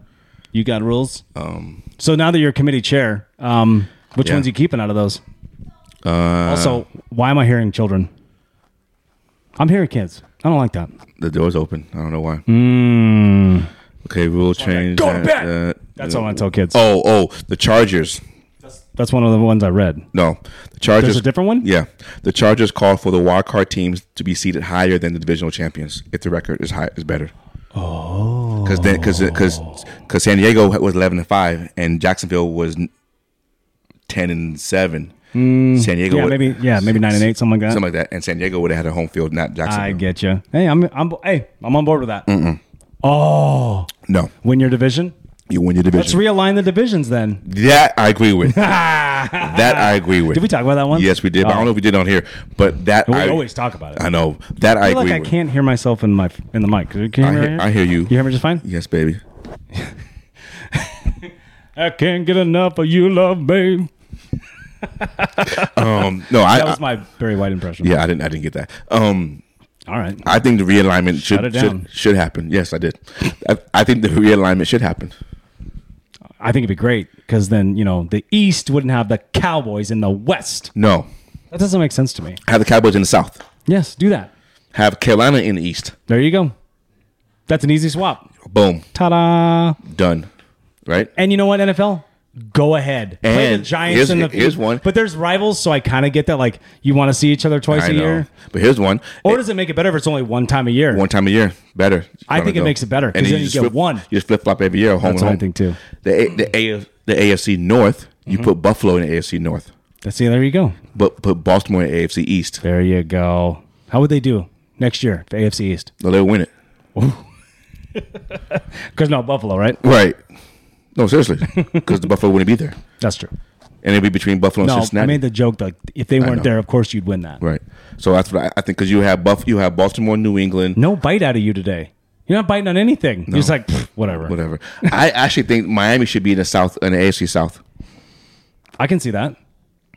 Speaker 1: You got rules. Um. So now that you're committee chair, um, which
Speaker 2: Uh. Yeah.
Speaker 1: ones you keeping out of those? Uh, also, why am I hearing children? I'm hearing kids. I don't like that.
Speaker 2: the door's open. I don't know why.
Speaker 1: Hmm.
Speaker 2: Okay, rule change.
Speaker 1: Go to
Speaker 2: that-
Speaker 1: bed!
Speaker 2: that-
Speaker 1: That's all I tell kids.
Speaker 2: Oh, oh, the Chargers.
Speaker 1: That's one of the ones I read.
Speaker 2: No, the Chargers.
Speaker 1: There's a different one?
Speaker 2: Yeah, the Chargers call for the wild card teams to be seated higher than the divisional champions if the record is high is better. Oh, because then because because because San Diego was eleven and five and Jacksonville was ten and seven. San Diego,
Speaker 1: Mm. Yeah,
Speaker 2: would-
Speaker 1: maybe. Yeah, maybe nine and eight, something like that.
Speaker 2: something like that. And San Diego would have had a home field, not Jacksonville.
Speaker 1: I get you. Hey, I'm. I'm. Hey, I'm on board with that. Oh,
Speaker 2: no,
Speaker 1: win your division.
Speaker 2: you win your
Speaker 1: Let's
Speaker 2: division.
Speaker 1: realign the divisions then.
Speaker 2: that I agree with. that I agree with.
Speaker 1: Did we talk about that one?
Speaker 2: Yes, we did. But I don't know if we did on here, but that
Speaker 1: We
Speaker 2: I
Speaker 1: always talk about it.
Speaker 2: I know that I,
Speaker 1: I feel
Speaker 2: agree
Speaker 1: like I
Speaker 2: with.
Speaker 1: can't hear myself in my in the mic. Can you hear
Speaker 2: I
Speaker 1: me right
Speaker 2: hear,
Speaker 1: here?
Speaker 2: I hear you.
Speaker 1: You hear me just fine?
Speaker 2: Yes, baby.
Speaker 1: I can't get enough of you, love, babe.
Speaker 2: Um, no, I,
Speaker 1: That was my
Speaker 2: I-
Speaker 1: Barry White impression.
Speaker 2: yeah, I didn't, I didn't get that. Um,
Speaker 1: All right.
Speaker 2: I think the realignment
Speaker 1: Shut it
Speaker 2: should
Speaker 1: down.
Speaker 2: should, should happen. Yes, I did. I, I think the realignment should happen.
Speaker 1: I think it'd be great because then you know the East wouldn't have the Cowboys in the West.
Speaker 2: No,
Speaker 1: That doesn't make sense to me.
Speaker 2: have the Cowboys in the South.
Speaker 1: Yes, do that.
Speaker 2: Have Carolina in the East.
Speaker 1: There you go. That's an easy swap.
Speaker 2: Boom,
Speaker 1: Ta-da!
Speaker 2: done. Right.
Speaker 1: And you know what, NFL? Go ahead. Play the
Speaker 2: And
Speaker 1: Giants
Speaker 2: here's-
Speaker 1: and the
Speaker 2: here's one.
Speaker 1: But there's rivals, so I kind of get that. Like you want to see each other twice a
Speaker 2: I know.
Speaker 1: year.
Speaker 2: But here's one. Eh,
Speaker 1: Or does it make it better if it's only one time a year?
Speaker 2: one time a year, better.
Speaker 1: I think it makes it better, 'cause then you
Speaker 2: just
Speaker 1: get
Speaker 2: flip-
Speaker 1: one.
Speaker 2: You just flip flop every year, home
Speaker 1: That's
Speaker 2: and
Speaker 1: what I
Speaker 2: home.
Speaker 1: think, too. Mm-hmm.
Speaker 2: The a, the, a, the AFC North, you put Buffalo in the AFC North,
Speaker 1: Let's see. There you go.
Speaker 2: but put Baltimore in the AFC East.
Speaker 1: There you go. How would they do next year for AFC East?
Speaker 2: No, they'll win it.
Speaker 1: Because no Buffalo, right?
Speaker 2: Right. No, seriously, because the Buffalo wouldn't be there,
Speaker 1: That's true.
Speaker 2: and it'd be between Buffalo and
Speaker 1: No, I
Speaker 2: Cincinnati.
Speaker 1: made the joke that if they weren't
Speaker 2: know.
Speaker 1: there, of course you'd win that.
Speaker 2: right. So that's what I, I think. Because you have Buff, you have Baltimore, New England,
Speaker 1: No bite out of you today. You're not biting on anything. You're just like "Pfft, whatever.
Speaker 2: whatever. I actually think Miami should be in the South, in the AFC South,
Speaker 1: I can see that.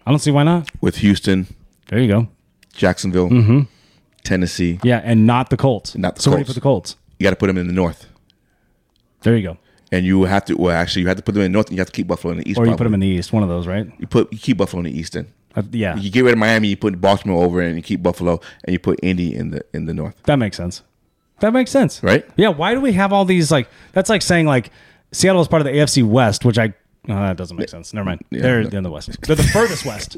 Speaker 1: I don't see why not.
Speaker 2: with Houston,
Speaker 1: There you go.
Speaker 2: Jacksonville,
Speaker 1: Mm-hmm.
Speaker 2: Tennessee.
Speaker 1: Yeah, and not the Colts.
Speaker 2: Not the
Speaker 1: so what do you
Speaker 2: Colts.
Speaker 1: put the Colts?
Speaker 2: You got to put them in the North.
Speaker 1: There you go.
Speaker 2: and you have to well actually you have to put them in the north and you have to keep buffalo in the east
Speaker 1: Or you
Speaker 2: probably.
Speaker 1: put them in the East. One of those, right?
Speaker 2: you put you keep buffalo in the east then
Speaker 1: Uh, yeah,
Speaker 2: you get rid of miami you put baltimore over and you keep buffalo and you put indy in the in the north
Speaker 1: that makes sense. That makes sense,
Speaker 2: Right?
Speaker 1: Yeah. Why do we have all these like? That's like saying like Seattle is part of the AFC West, which I no, that doesn't make sense. Never mind. They're
Speaker 2: no.
Speaker 1: in the West. They're the furthest West.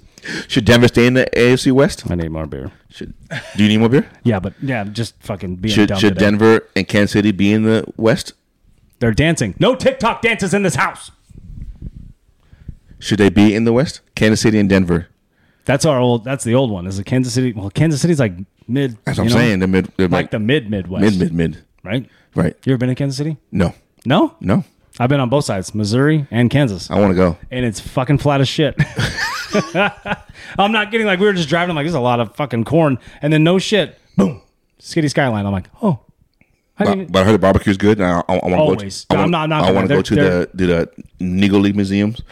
Speaker 2: should denver stay in the afc west
Speaker 1: I need more beer.
Speaker 2: should, do you need more beer
Speaker 1: Yeah, but yeah, I'm just fucking being
Speaker 2: should,
Speaker 1: dumb.
Speaker 2: should
Speaker 1: today.
Speaker 2: denver and kansas city be in the west
Speaker 1: They're dancing. No TikTok dances in this house.
Speaker 2: should they be in the west kansas city and denver
Speaker 1: That's our old. That's the old one. Is the Kansas City? Well, Kansas City's like mid.
Speaker 2: that's what
Speaker 1: you
Speaker 2: i'm
Speaker 1: know,
Speaker 2: saying they're mid they're
Speaker 1: Like,
Speaker 2: like,
Speaker 1: the mid Midwest.
Speaker 2: mid mid mid
Speaker 1: Right.
Speaker 2: right
Speaker 1: You ever been to Kansas City?
Speaker 2: no
Speaker 1: No.
Speaker 2: no
Speaker 1: I've been on both sides, Missouri and Kansas,
Speaker 2: i want to go
Speaker 1: and it's fucking flat as shit. I'm not getting like we were just driving. I'm like, there's a lot of fucking corn, and then no shit, boom, skitty skyline. I'm like, oh, I
Speaker 2: but,
Speaker 1: didn't.
Speaker 2: but I heard the barbecue's good. And I, I, I want to go.
Speaker 1: Always.
Speaker 2: To, I
Speaker 1: I'm not- I'm not
Speaker 2: I
Speaker 1: gonna-
Speaker 2: want to go
Speaker 1: they're-
Speaker 2: to the to the Negro League museums.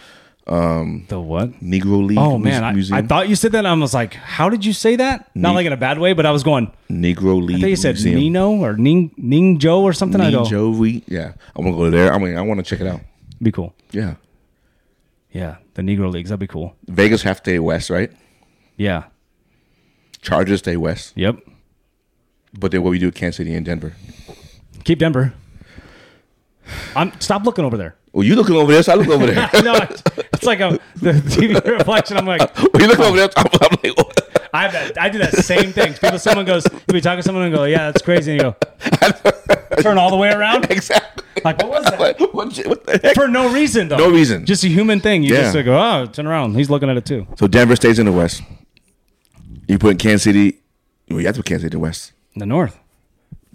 Speaker 1: the what?
Speaker 2: Negro League.
Speaker 1: Oh
Speaker 2: Muse-
Speaker 1: man, I, I
Speaker 2: museum.
Speaker 1: thought you said that. and I was like, how did you say that? Not like in a bad way, but I was going.
Speaker 2: Negro League.
Speaker 1: I thought you said
Speaker 2: Museum.
Speaker 1: Nino or Ning Ning Joe or something. I go,
Speaker 2: Ninja Wheat. Yeah, I want to go there. I mean, I want to check it out.
Speaker 1: be cool.
Speaker 2: Yeah,
Speaker 1: Yeah, the Negro Leagues. That'd be cool.
Speaker 2: Vegas half day west, right?
Speaker 1: Yeah.
Speaker 2: Chargers day west,
Speaker 1: Yep.
Speaker 2: but then what we do at Kansas City and Denver.
Speaker 1: Keep Denver. I'm stop looking over there.
Speaker 2: Well, you looking over there, so I look over there.
Speaker 1: No, it's, it's like a the TV reflection. I'm like,
Speaker 2: well, you look over there, so I'm, I'm like, what?
Speaker 1: I have that. I do that same thing. People, someone goes, you be talking to someone and go, yeah, that's crazy, and you go, turn all the way around.
Speaker 2: exactly.
Speaker 1: Like, what was that?
Speaker 2: What, what, what the heck?
Speaker 1: For no reason, though.
Speaker 2: No reason.
Speaker 1: Just a human thing. You
Speaker 2: Yeah.
Speaker 1: just like, oh, turn around. He's looking at it too.
Speaker 2: So Denver stays in the West. You put Kansas City. Well, you have to put Kansas City in the West.
Speaker 1: In the north,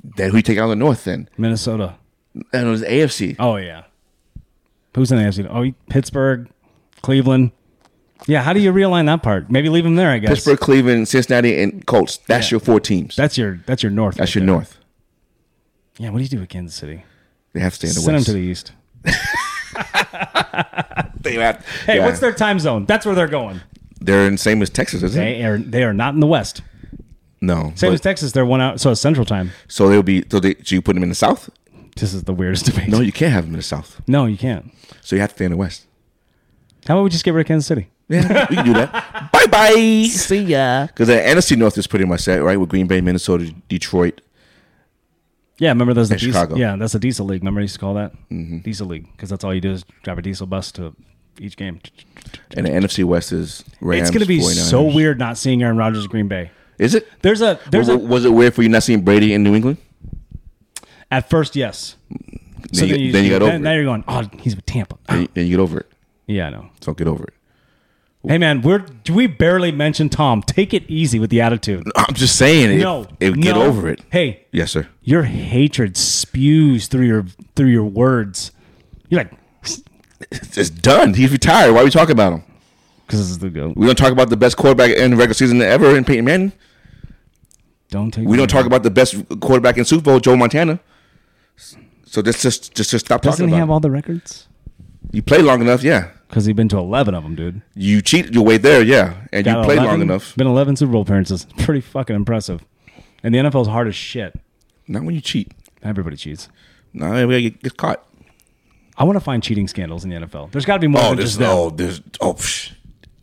Speaker 2: Then who you take out of the North? Then
Speaker 1: Minnesota.
Speaker 2: and it was AFC.
Speaker 1: Oh yeah. Who's in the AFC? Oh, you- Pittsburgh, Cleveland. Yeah, how do you realign that part? Maybe leave him there, I guess.
Speaker 2: Pittsburgh, Cleveland, Cincinnati, and Colts. That's
Speaker 1: Yeah.
Speaker 2: your four teams.
Speaker 1: That's your that's your north.
Speaker 2: That's
Speaker 1: right
Speaker 2: your
Speaker 1: there.
Speaker 2: North.
Speaker 1: Yeah, what do you do with Kansas City?
Speaker 2: They have to stay in the
Speaker 1: Send him
Speaker 2: West.
Speaker 1: to the east.
Speaker 2: They have-
Speaker 1: Hey,
Speaker 2: yeah.
Speaker 1: what's their time zone? That's where they're going.
Speaker 2: They're in same as Texas, isn't it?
Speaker 1: They are they are not in the west.
Speaker 2: No.
Speaker 1: Same
Speaker 2: but-
Speaker 1: as Texas, they're one out. So it's Central Time.
Speaker 2: so they'll be. So, they, so you put them in the South?
Speaker 1: This is the weirdest debate.
Speaker 2: No, you can't have them in the South.
Speaker 1: No, you can't.
Speaker 2: So you have to stay in the West.
Speaker 1: How about we just get rid of Kansas City?
Speaker 2: Yeah, we can do that. bye bye. See ya. Because the NFC North is pretty much set, right? With Green Bay, Minnesota, Detroit.
Speaker 1: Yeah, remember those the
Speaker 2: And
Speaker 1: diesel,
Speaker 2: Chicago. Mm-hmm.
Speaker 1: Yeah, that's a diesel league. Remember I used to call that diesel league because that's all you do is drive a diesel bus to each game.
Speaker 2: And the NFC West is Rams.
Speaker 1: it's going to be
Speaker 2: 49ers.
Speaker 1: so weird not seeing Aaron Rodgers at Green Bay.
Speaker 2: Is it?
Speaker 1: There's a there's
Speaker 2: was,
Speaker 1: a
Speaker 2: was it weird for you not seeing Brady in New England?
Speaker 1: at first yes. So
Speaker 2: you- then you got
Speaker 1: then,
Speaker 2: over
Speaker 1: Now
Speaker 2: it.
Speaker 1: you're going. Oh, he's with Tampa.
Speaker 2: Then you- then you get over it.
Speaker 1: Yeah, I know.
Speaker 2: So get over it.
Speaker 1: Hey man, we're we barely mentioned Tom. Take it easy with the attitude.
Speaker 2: I'm just saying. If,
Speaker 1: no,
Speaker 2: if get
Speaker 1: no.
Speaker 2: over it.
Speaker 1: Hey,
Speaker 2: Yes, sir.
Speaker 1: your hatred spews through your through your words. You're like,
Speaker 2: It's, it's done. He's retired. Why are we talking about him?
Speaker 1: because this is the goat.
Speaker 2: We don't talk about the best quarterback in the regular season ever in Peyton Manning.
Speaker 1: Don't take.
Speaker 2: We don't talk about the best quarterback in Super Bowl, Joe Montana. So just just just, just stop
Speaker 1: Doesn't
Speaker 2: talking
Speaker 1: he
Speaker 2: about.
Speaker 1: have
Speaker 2: it.
Speaker 1: all the records?
Speaker 2: you play long enough, yeah.
Speaker 1: Because he's been to eleven of them, dude.
Speaker 2: You cheat your way there, yeah, and you
Speaker 1: Got
Speaker 2: play
Speaker 1: 11
Speaker 2: long enough.
Speaker 1: Been eleven Super Bowl appearances. Pretty fucking impressive. And the NFL's hard as shit.
Speaker 2: Not when you cheat.
Speaker 1: Everybody cheats.
Speaker 2: No, everybody get- gets caught.
Speaker 1: I want to find cheating scandals in the NFL. There's got to be more
Speaker 2: Oh,
Speaker 1: than
Speaker 2: there's
Speaker 1: just that.
Speaker 2: oh, there's oh, psh,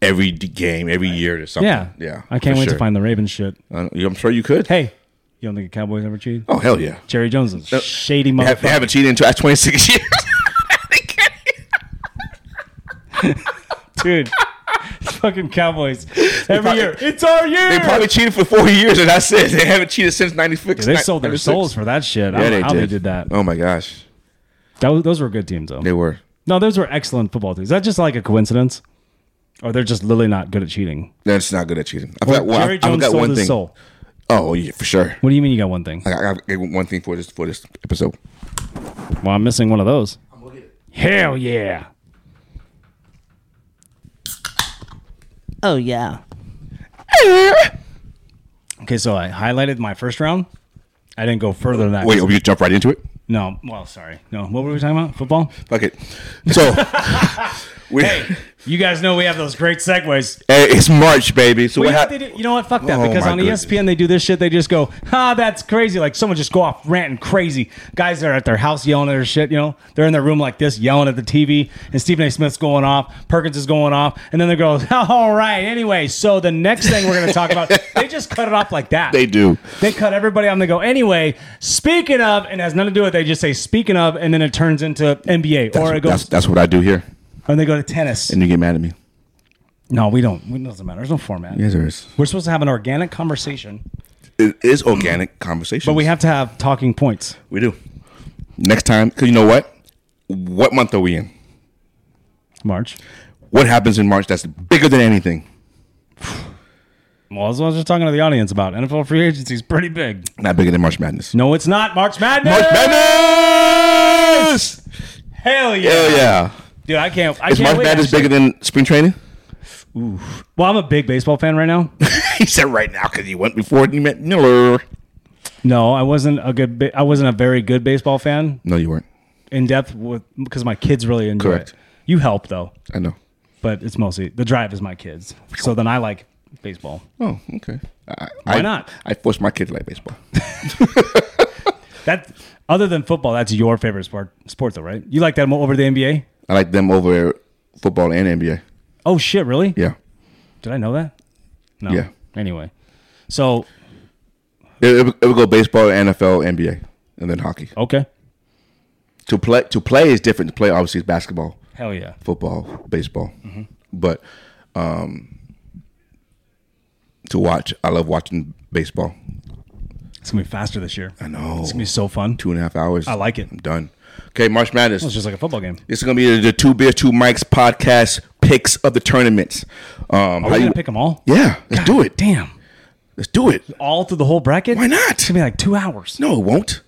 Speaker 2: every d- game, every year, there's something.
Speaker 1: yeah,
Speaker 2: yeah.
Speaker 1: I can't
Speaker 2: for
Speaker 1: wait
Speaker 2: sure.
Speaker 1: to find the Ravens shit.
Speaker 2: I don't- I'm sure you could.
Speaker 1: Hey, you don't think the Cowboys ever cheat?
Speaker 2: Oh hell yeah.
Speaker 1: Jerry Jones is a shady
Speaker 2: They have- they
Speaker 1: motherfucker.
Speaker 2: haven't cheated until 26 years.
Speaker 1: Dude, fucking Cowboys. Every year, it's our year.
Speaker 2: they probably cheated for four years, and that's it. They haven't cheated since 96.
Speaker 1: They sold their
Speaker 2: 96.
Speaker 1: souls for that shit. I don't
Speaker 2: Yeah,
Speaker 1: know
Speaker 2: they
Speaker 1: how
Speaker 2: did.
Speaker 1: they did that.
Speaker 2: Oh my gosh,
Speaker 1: That was- those were good teams, though.
Speaker 2: they were.
Speaker 1: No, those were excellent football teams. Is that just like a coincidence? Or they're just literally not good at cheating.
Speaker 2: That's not good at cheating. I forgot one. I,
Speaker 1: Jerry
Speaker 2: I
Speaker 1: Jones
Speaker 2: forgot
Speaker 1: sold
Speaker 2: one
Speaker 1: his
Speaker 2: thing.
Speaker 1: soul.
Speaker 2: Oh yeah, for sure.
Speaker 1: What do you mean you got one thing?
Speaker 2: I got, I got one thing for this for this episode.
Speaker 1: Well, I'm missing one of those. Hell yeah.
Speaker 3: Oh, yeah.
Speaker 1: Okay, so I highlighted my first round. I didn't go further than that.
Speaker 2: Wait, we jump right into it.
Speaker 1: No, well, sorry. No, what were we talking about? Football?
Speaker 2: Fuck it. So we.
Speaker 1: You guys know we have those great segues.
Speaker 2: Hey, it's March, baby. So
Speaker 1: Well,
Speaker 2: what
Speaker 1: you, know what
Speaker 2: happened?
Speaker 1: they do? you know what? Fuck that.
Speaker 2: Oh,
Speaker 1: because
Speaker 2: my
Speaker 1: on E
Speaker 2: goodness.
Speaker 1: ESPN, they do this shit. They just go, ah, that's crazy. Like someone just go off ranting crazy. Guys that are at their house yelling at their shit, you know? They're in their room like this, yelling at the TV. And Stephen A. Smith's going off. Perkins is going off. And then they go, all right. Anyway, so the next thing we're going to talk about, they just cut it off like that.
Speaker 2: They do.
Speaker 1: They cut everybody out and they go, anyway, speaking of, and it has nothing to do with it. They just say, speaking of, and then it turns into NBA. or it
Speaker 2: That's,
Speaker 1: goes,
Speaker 2: that's what I do here,
Speaker 1: and they go to tennis.
Speaker 2: and you get mad at me.
Speaker 1: No, we don't. It doesn't matter. There's no format.
Speaker 2: Yes, there is.
Speaker 1: We're supposed to have an organic conversation.
Speaker 2: It is organic conversation.
Speaker 1: But we have to have talking points.
Speaker 2: we do. Next time, because you know what? What month are we in?
Speaker 1: March.
Speaker 2: What happens in March that's bigger than anything?
Speaker 1: Well, that's what I was just talking to the audience about. NFL free agency is pretty big.
Speaker 2: Not bigger than March Madness.
Speaker 1: No, it's not. March Madness.
Speaker 2: March Madness!
Speaker 1: Hell yeah.
Speaker 2: Hell yeah.
Speaker 1: Dude, I can't. I
Speaker 2: Is
Speaker 1: can't
Speaker 2: March
Speaker 1: wait,
Speaker 2: Madness
Speaker 1: actually.
Speaker 2: bigger than spring training?
Speaker 1: Well, I'm a big baseball fan right now.
Speaker 2: he said right now because he went before and he met Miller.
Speaker 1: no, I wasn't a good. Ba- I wasn't a very good baseball fan
Speaker 2: No, you weren't.
Speaker 1: in depth with because my kids really enjoy
Speaker 2: Correct.
Speaker 1: it. You help though,
Speaker 2: I know.
Speaker 1: but it's mostly the drive is my kids. So then I like baseball.
Speaker 2: Oh, okay. I,
Speaker 1: Why
Speaker 2: I-
Speaker 1: not?
Speaker 2: I forced my kid to like baseball.
Speaker 1: That other than football, that's your favorite sport. Sport though, right? You like that more over the NBA?
Speaker 2: I like them over football and NBA.
Speaker 1: Oh shit, really?
Speaker 2: Yeah.
Speaker 1: Did I know that? No.
Speaker 2: Yeah.
Speaker 1: Anyway, so
Speaker 2: It, it, would- it would go baseball, NFL, NBA, and then hockey.
Speaker 1: okay,
Speaker 2: To play to play is different. To play obviously is basketball,
Speaker 1: hell yeah.
Speaker 2: football, baseball.
Speaker 1: Mm-hmm.
Speaker 2: But um, to watch, I love watching baseball.
Speaker 1: It's gonna be faster this year.
Speaker 2: I know.
Speaker 1: It's gonna be so fun.
Speaker 2: Two and a half hours.
Speaker 1: I like it.
Speaker 2: I'm done. Okay, March Madness.
Speaker 1: It's just like a football game.
Speaker 2: This is gonna be the Two Beers, Two Mics podcast picks of the tournaments. Um,
Speaker 1: Are
Speaker 2: how
Speaker 1: we
Speaker 2: you?
Speaker 1: gonna pick them all?
Speaker 2: yeah, let's do it.
Speaker 1: Damn.
Speaker 2: Let's do it.
Speaker 1: All through the whole bracket?
Speaker 2: Why not?
Speaker 1: It's gonna be like two hours.
Speaker 2: No, it won't.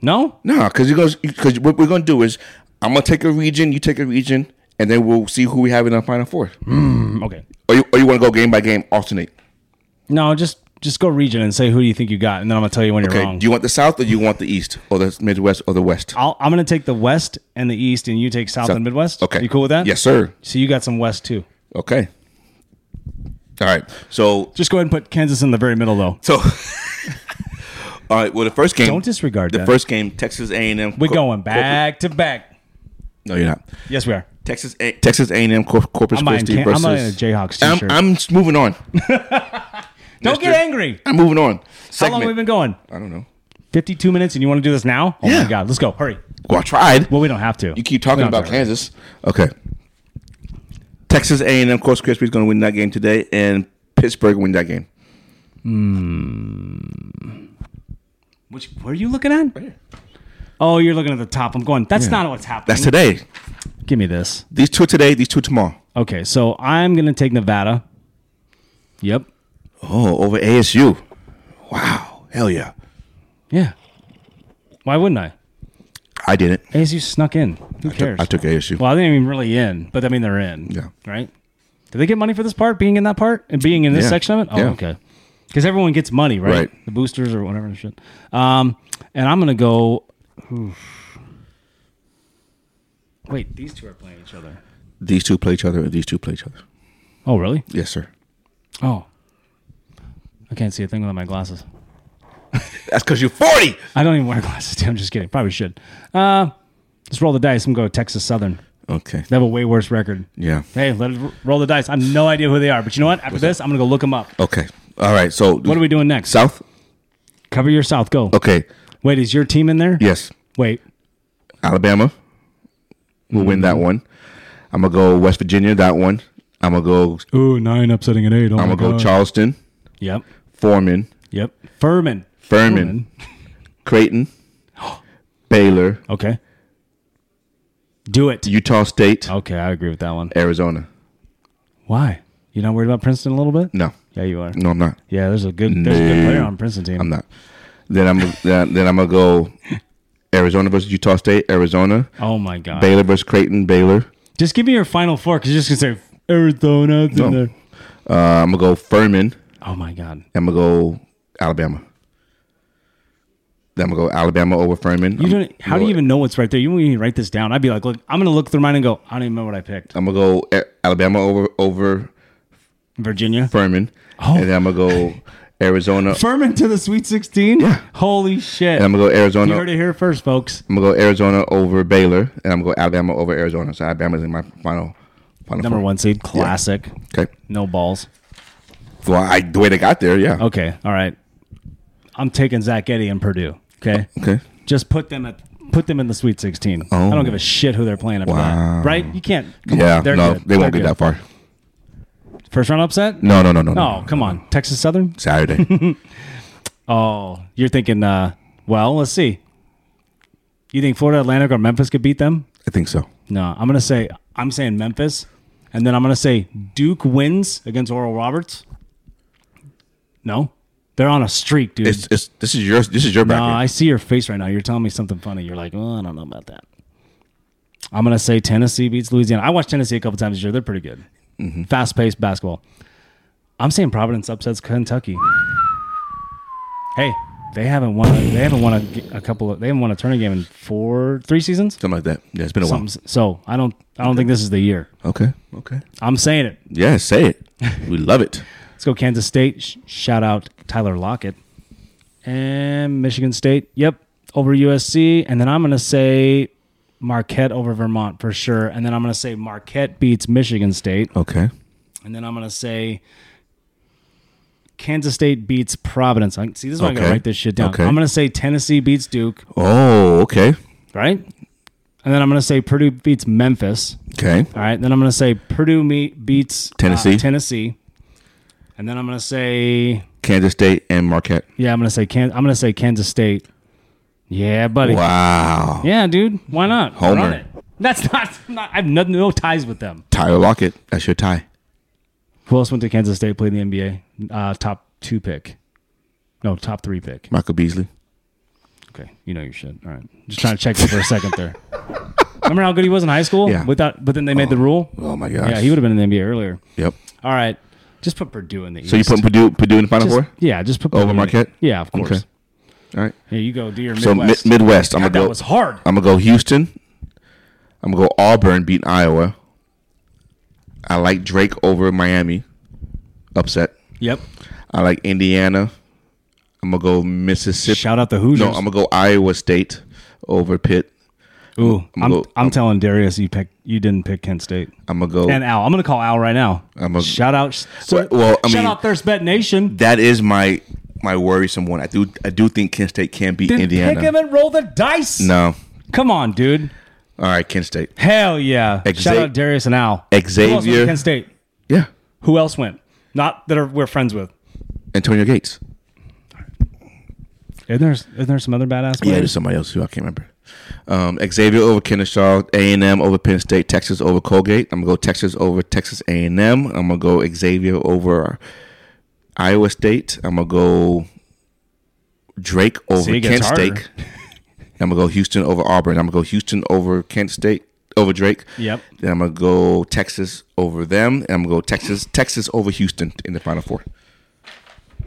Speaker 1: No?
Speaker 2: No, because you goes because what we're gonna do is I'm gonna take a region, you take a region, and then we'll see who we have in the final four.
Speaker 1: Mm, Okay.
Speaker 2: Or you, or you want to go game by game, alternate.
Speaker 1: No, just just go region and say who do you think you got, and then I'm gonna tell you when you're
Speaker 2: Okay,
Speaker 1: wrong.
Speaker 2: do you want the South or you want the East or the Midwest or the West?
Speaker 1: I'll, I'm gonna take the West and the East, and you take South, and Midwest.
Speaker 2: Okay,
Speaker 1: you cool with that?
Speaker 2: Yes, sir.
Speaker 1: So you got some West too.
Speaker 2: Okay. All right. So
Speaker 1: Just go ahead and put Kansas in the very middle though.
Speaker 2: so. All right. Well, the first game.
Speaker 1: Don't disregard
Speaker 2: the
Speaker 1: that.
Speaker 2: first game. Texas A and M.
Speaker 1: We're going back to back.
Speaker 2: No, you're not.
Speaker 1: Yes, we are.
Speaker 2: Texas A- Texas A and M Cor- Corpus
Speaker 1: I'm buying,
Speaker 2: Christi
Speaker 1: Can- I'm
Speaker 2: versus.
Speaker 1: buying a Jayhawks
Speaker 2: I'm-
Speaker 1: t-shirt.
Speaker 2: I'm just moving on.
Speaker 1: Don't get
Speaker 2: Mr.
Speaker 1: angry.
Speaker 2: I'm moving on.
Speaker 1: How long have we been going?
Speaker 2: I don't know.
Speaker 1: 52 minutes, and you want to do this now? Oh
Speaker 2: Yeah.
Speaker 1: my God, let's go. Hurry.
Speaker 2: Well, I tried.
Speaker 1: Well, we don't have to.
Speaker 2: You keep talking
Speaker 1: No,
Speaker 2: about
Speaker 1: sorry.
Speaker 2: Kansas. Okay. Texas A and M Corpus Christi is going to win that game today, and Pittsburgh win that game.
Speaker 1: Which, what are you looking at? Oh, you're looking at the top. I'm going, that's not what's happening.
Speaker 2: That's today.
Speaker 1: Give me this.
Speaker 2: These two today. These two tomorrow.
Speaker 1: Okay, so I'm going to take Nevada. Yep.
Speaker 2: Oh, over ASU. Wow. Hell yeah.
Speaker 1: Yeah. Why wouldn't I?
Speaker 2: I did it.
Speaker 1: ASU snuck in. Who
Speaker 2: I
Speaker 1: cares?
Speaker 2: took- I took ASU.
Speaker 1: Well, I didn't even really in, but I mean they're in.
Speaker 2: Yeah.
Speaker 1: Right? Did they get money for this part, being in that part, and being in this
Speaker 2: Yeah.
Speaker 1: section of it? Oh,
Speaker 2: Yeah.
Speaker 1: okay. Because everyone gets money, right?
Speaker 2: Right.
Speaker 1: The boosters or whatever and shit. Um, and I'm gonna go. oof. Wait, these two are playing each other.
Speaker 2: These two play each other, and these two play each other.
Speaker 1: Oh, really?
Speaker 2: Yes, sir.
Speaker 1: Oh, I can't see a thing without my glasses.
Speaker 2: That's because you're 40.
Speaker 1: I don't even wear glasses. dude. I'm just kidding. Probably should. Uh, let's roll the dice. I'm going to go Texas Southern.
Speaker 2: Okay.
Speaker 1: They have a way worse record.
Speaker 2: Yeah.
Speaker 1: Hey, let us roll the dice. I have no idea who they are, but you know what? After this, I'm gonna go look them up.
Speaker 2: Okay. All right. So
Speaker 1: What are we doing next?
Speaker 2: South.
Speaker 1: Cover your South. Go.
Speaker 2: Okay.
Speaker 1: Wait, is your team in there?
Speaker 2: Yes.
Speaker 1: Wait.
Speaker 2: Alabama will win
Speaker 1: Mm-hmm.
Speaker 2: that one. I'm gonna go West Virginia. That one. I'm gonna go.
Speaker 1: Ooh, nine upsetting an eight. Oh
Speaker 2: I'm gonna go Charleston.
Speaker 1: Yep.
Speaker 2: Foreman.
Speaker 1: Yep. Furman.
Speaker 2: Furman. Creighton. Baylor.
Speaker 1: Okay. Do it.
Speaker 2: Utah State.
Speaker 1: Okay, I agree with that one.
Speaker 2: Arizona.
Speaker 1: Why? You not worried about Princeton a little bit?
Speaker 2: No.
Speaker 1: Yeah, you are.
Speaker 2: No, I'm not.
Speaker 1: Yeah, there's a good there's a good
Speaker 2: No.
Speaker 1: player on Princeton team.
Speaker 2: I'm not. Then I'm then, then I'm gonna go Arizona versus Utah State. Arizona.
Speaker 1: oh my god.
Speaker 2: Baylor versus Creighton. Baylor.
Speaker 1: Just give me your final four because you're just gonna say Arizona. it's in
Speaker 2: No.
Speaker 1: there.
Speaker 2: Uh, I'm gonna go Furman.
Speaker 1: Oh my god.
Speaker 2: I'm gonna go Alabama. Then I'm gonna go Alabama over Furman.
Speaker 1: You
Speaker 2: I'm,
Speaker 1: don't. How do you even know what's right there? You won't even write this down. I'd be like, look, I'm gonna look through mine and go, I don't even know what I picked.
Speaker 2: I'm gonna go A- Alabama over over
Speaker 1: Virginia,
Speaker 2: Furman,
Speaker 1: Oh.
Speaker 2: and then I'm gonna go Arizona.
Speaker 1: Furman to the Sweet 16.
Speaker 2: Yeah. Um,
Speaker 1: Holy shit!
Speaker 2: and I'm gonna go
Speaker 1: you
Speaker 2: Arizona.
Speaker 1: heard it here first, folks.
Speaker 2: I'm gonna go Arizona over Baylor, and I'm gonna go Alabama over Arizona. So Alabama's in my final final
Speaker 1: Number
Speaker 2: four.
Speaker 1: one seed, classic.
Speaker 2: Okay.
Speaker 1: No balls.
Speaker 2: Well, I, the way they got there, yeah.
Speaker 1: Okay, all right. I'm taking Zach Eddy and Purdue. Okay,
Speaker 2: Okay.
Speaker 1: just put them at put them in the Sweet 16. I don't give a shit who they're playing after
Speaker 2: Oh. Wow.
Speaker 1: that. Right? You can't. come on,
Speaker 2: Yeah.
Speaker 1: they're
Speaker 2: no,
Speaker 1: good.
Speaker 2: they won't
Speaker 1: They're
Speaker 2: get that
Speaker 1: good.
Speaker 2: far.
Speaker 1: First round upset?
Speaker 2: No, no, no, no,
Speaker 1: No,
Speaker 2: no.
Speaker 1: come on, Texas Southern.
Speaker 2: Saturday.
Speaker 1: Oh, you're thinking, uh, well, let's see. You think Florida Atlantic or Memphis could beat them?
Speaker 2: I think so.
Speaker 1: No, I'm going to say, I'm saying Memphis. And then I'm going to say Duke wins against Oral Roberts. No, they're on a streak, dude.
Speaker 2: It's, it's this is your this is your
Speaker 1: no,
Speaker 2: bracket.
Speaker 1: I see your face right now. You're telling me something funny. You're like, oh, I don't know about that. I'm going to say Tennessee beats Louisiana. I watched Tennessee a couple times this year. They're pretty good. Fast paced basketball. I'm saying Providence upsets Kentucky. Hey, they haven't won. They haven't won a, a couple of. They haven't won a tournament game in four, three seasons.
Speaker 2: Something like that. Yeah, it's been a
Speaker 1: Something, so I don't. I don't think this is the year.
Speaker 2: while. Okay. Okay.
Speaker 1: I'm saying it.
Speaker 2: Yeah, say it. We love it.
Speaker 1: Let's go Kansas State. Sh- shout out Tyler Lockett and Michigan State. Yep, over USC, and then I'm gonna say Marquette over Vermont for sure, and then I'm gonna say Marquette beats Michigan State,
Speaker 2: Okay.
Speaker 1: and then I'm gonna say Kansas State beats Providence. I, see, this is why I gotta
Speaker 2: Okay.
Speaker 1: write this shit down.
Speaker 2: Okay.
Speaker 1: I'm gonna say Tennessee beats Duke,
Speaker 2: Oh, okay.
Speaker 1: right? And then I'm gonna say Purdue beats Memphis.
Speaker 2: Okay.
Speaker 1: All right. Then I'm going to say Purdue me- beats uh,
Speaker 2: Tennessee.
Speaker 1: Tennessee. And then I'm going to say
Speaker 2: Kansas State and Marquette.
Speaker 1: yeah, I'm going to say Can- I'm going to say Kansas State Yeah, buddy.
Speaker 2: Wow.
Speaker 1: Yeah, dude. Why not?
Speaker 2: Homer.
Speaker 1: Run it. That's not, not. I have no, no ties with them.
Speaker 2: Tyler Lockett. That's your tie.
Speaker 1: Who else went to Kansas State? Played in the NBA. Uh, top two pick. No, top three pick.
Speaker 2: Michael Beasley.
Speaker 1: Okay, you know your shit. All right, just trying to check you for a second there. Remember how good he was in high school?
Speaker 2: Yeah.
Speaker 1: Without, but then they made the rule.
Speaker 2: Oh my gosh.
Speaker 1: Yeah, he would have been in the NBA earlier.
Speaker 2: Yep.
Speaker 1: All right, just put Purdue in the East.
Speaker 2: So you put Purdue Purdue in the final
Speaker 1: Just-
Speaker 2: four?
Speaker 1: Yeah, just put Purdue
Speaker 2: Over
Speaker 1: in the-
Speaker 2: Marquette?
Speaker 1: Yeah, of course.
Speaker 2: Okay. All right.
Speaker 1: Here you go. Do your
Speaker 2: So
Speaker 1: Midwest.
Speaker 2: Mid- Midwest. I'm
Speaker 1: God, that
Speaker 2: gonna go.
Speaker 1: was hard.
Speaker 2: I'm gonna go Houston. I'm gonna go Auburn beating Iowa. I like Drake over Miami. Upset.
Speaker 1: Yep.
Speaker 2: I like Indiana. I'm gonna go Mississippi.
Speaker 1: Shout out the Hoosiers.
Speaker 2: no, I'm gonna go Iowa State over Pitt.
Speaker 1: Ooh, I'm,
Speaker 2: I'm go-
Speaker 1: I'm telling Darius you pick you didn't pick Kent State
Speaker 2: I'm gonna go.
Speaker 1: and Al. I'm gonna call Al right now.
Speaker 2: I'm a-
Speaker 1: shout out.
Speaker 2: Well- well, I
Speaker 1: shout
Speaker 2: mean-
Speaker 1: out Thirst Bet Nation.
Speaker 2: that is my my worrisome one. I do I do think Kent State can beat
Speaker 1: Then
Speaker 2: Indiana.
Speaker 1: pick him and roll the dice.
Speaker 2: no.
Speaker 1: come on, dude.
Speaker 2: All right, Kent State.
Speaker 1: Hell yeah! shout
Speaker 2: Exa-
Speaker 1: out Darius and Al. Who else went to
Speaker 2: Xavier.
Speaker 1: Kent State.
Speaker 2: Yeah.
Speaker 1: Who else went? Not that are, we're friends with.
Speaker 2: Antonio Gates.
Speaker 1: Isn't there, isn't there some other badass?
Speaker 2: Yeah,
Speaker 1: players?
Speaker 2: there's somebody else who I can't remember. Um, Xavier over Kennesaw, A and M over Penn State, Texas over Colgate. I'm gonna go Texas over Texas A and M. I'm gonna go Xavier over Iowa State. I'm gonna go Drake over
Speaker 1: See, it
Speaker 2: Kent
Speaker 1: gets harder.
Speaker 2: State. I'm gonna go Houston over Auburn. I'm gonna go Houston over Kent State over Drake.
Speaker 1: Yep.
Speaker 2: Then I'm gonna go Texas over them. And I'm gonna go Texas Texas over Houston in the Final Four.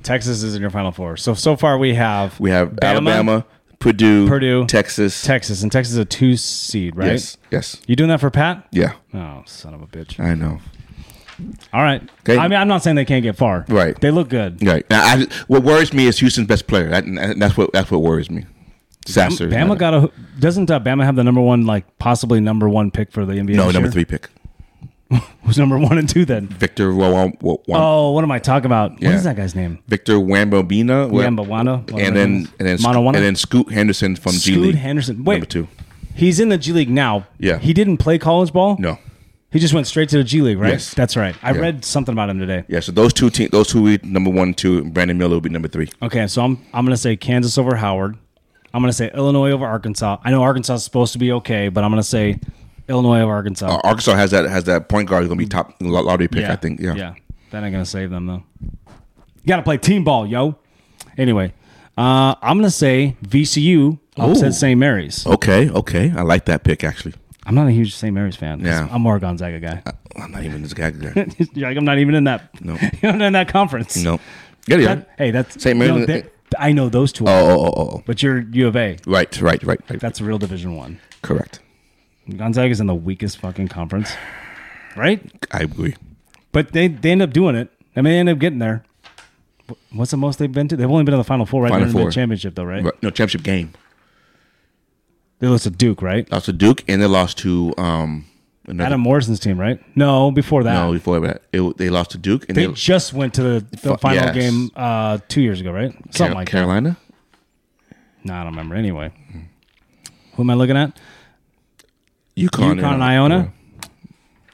Speaker 1: Texas is in your final four. So so far we have
Speaker 2: We have Alabama, Purdue,
Speaker 1: Purdue,
Speaker 2: Texas.
Speaker 1: Texas, and Texas is a two seed, right?
Speaker 2: Yes. Yes.
Speaker 1: You doing that for Pat?
Speaker 2: Yeah.
Speaker 1: Oh, son of a bitch!
Speaker 2: I know.
Speaker 1: All right.
Speaker 2: Okay.
Speaker 1: I mean, I'm not saying they can't get far.
Speaker 2: Right.
Speaker 1: They look good.
Speaker 2: Right. Now, I, what worries me is Houston's best player. That, and that's what that's what worries me. Sasser.
Speaker 1: Bama got a doesn't uh, Bama have the number one like possibly number one pick for the NBA?
Speaker 2: no
Speaker 1: this
Speaker 2: number
Speaker 1: year?
Speaker 2: three pick.
Speaker 1: Who's number one and two then?
Speaker 2: Victor Wam, Wam,
Speaker 1: Oh, what am I talking about?
Speaker 2: Yeah.
Speaker 1: What is that guy's name?
Speaker 2: Victor Wambobina.
Speaker 1: Wembanyama?
Speaker 2: And then and then Sco-
Speaker 1: Manawana?
Speaker 2: and then Scoot Henderson from G
Speaker 1: Scoot
Speaker 2: League.
Speaker 1: Henderson. Wait,
Speaker 2: number two.
Speaker 1: He's in the G League now.
Speaker 2: Yeah.
Speaker 1: He didn't play college ball.
Speaker 2: No.
Speaker 1: He just went straight to the G League, right?
Speaker 2: Yes.
Speaker 1: That's right. I
Speaker 2: Yeah.
Speaker 1: read something about him today.
Speaker 2: Yeah. So those two teams, those two, will be number one, and two. And Brandon Miller will be number three.
Speaker 1: Okay, so I'm I'm gonna say Kansas over Howard. I'm gonna say Illinois over Arkansas. I know Arkansas is supposed to be okay, but I'm gonna say Illinois over Arkansas.
Speaker 2: Uh, Arkansas has that has that point guard who's gonna be top lo- lottery pick. I think. Yeah.
Speaker 1: Yeah. That ain't gonna save them though. You gotta play team ball, yo. Anyway, uh, I'm gonna say VCU upset
Speaker 2: Ooh.
Speaker 1: St. Mary's.
Speaker 2: Okay. Okay. I like that pick actually.
Speaker 1: I'm not a huge St. Mary's fan. 'cause
Speaker 2: Yeah.
Speaker 1: I'm more a Gonzaga guy.
Speaker 2: I'm not even this guy. guy.
Speaker 1: You're like I'm not even in that.
Speaker 2: No.
Speaker 1: You're not in that conference.
Speaker 2: no. Yeah. Yeah.
Speaker 1: That- hey, that's
Speaker 2: St. Mary's-
Speaker 1: you know, they- I know those two,
Speaker 2: oh, oh, oh, oh.
Speaker 1: but you're U of A.
Speaker 2: Right. Right. Right. Right.
Speaker 1: That's a real Division One.
Speaker 2: Correct.
Speaker 1: Gonzaga's in the weakest fucking conference, right?
Speaker 2: I agree.
Speaker 1: But they they end up doing it. I mean, they end up getting there. Wh- What's the most they've been to? They've only been to the Final Four, right?
Speaker 2: Final
Speaker 1: They haven't been
Speaker 2: Four.
Speaker 1: to championship though, right?
Speaker 2: Right. No championship game.
Speaker 1: They lost to Duke, right?
Speaker 2: Lost to Duke, and they lost to um. Another,
Speaker 1: Adam Morrison's team, right? No, before that,
Speaker 2: No, before that, it, they lost to Duke, and
Speaker 1: they
Speaker 2: they,
Speaker 1: just went to the, the
Speaker 2: Fu-
Speaker 1: final
Speaker 2: yes.
Speaker 1: game uh, two years ago, right? Something
Speaker 2: Car-
Speaker 1: like that.
Speaker 2: Carolina.
Speaker 1: No, I don't remember. Anyway, who am I looking at?
Speaker 2: UConn,
Speaker 1: UConn and Iona.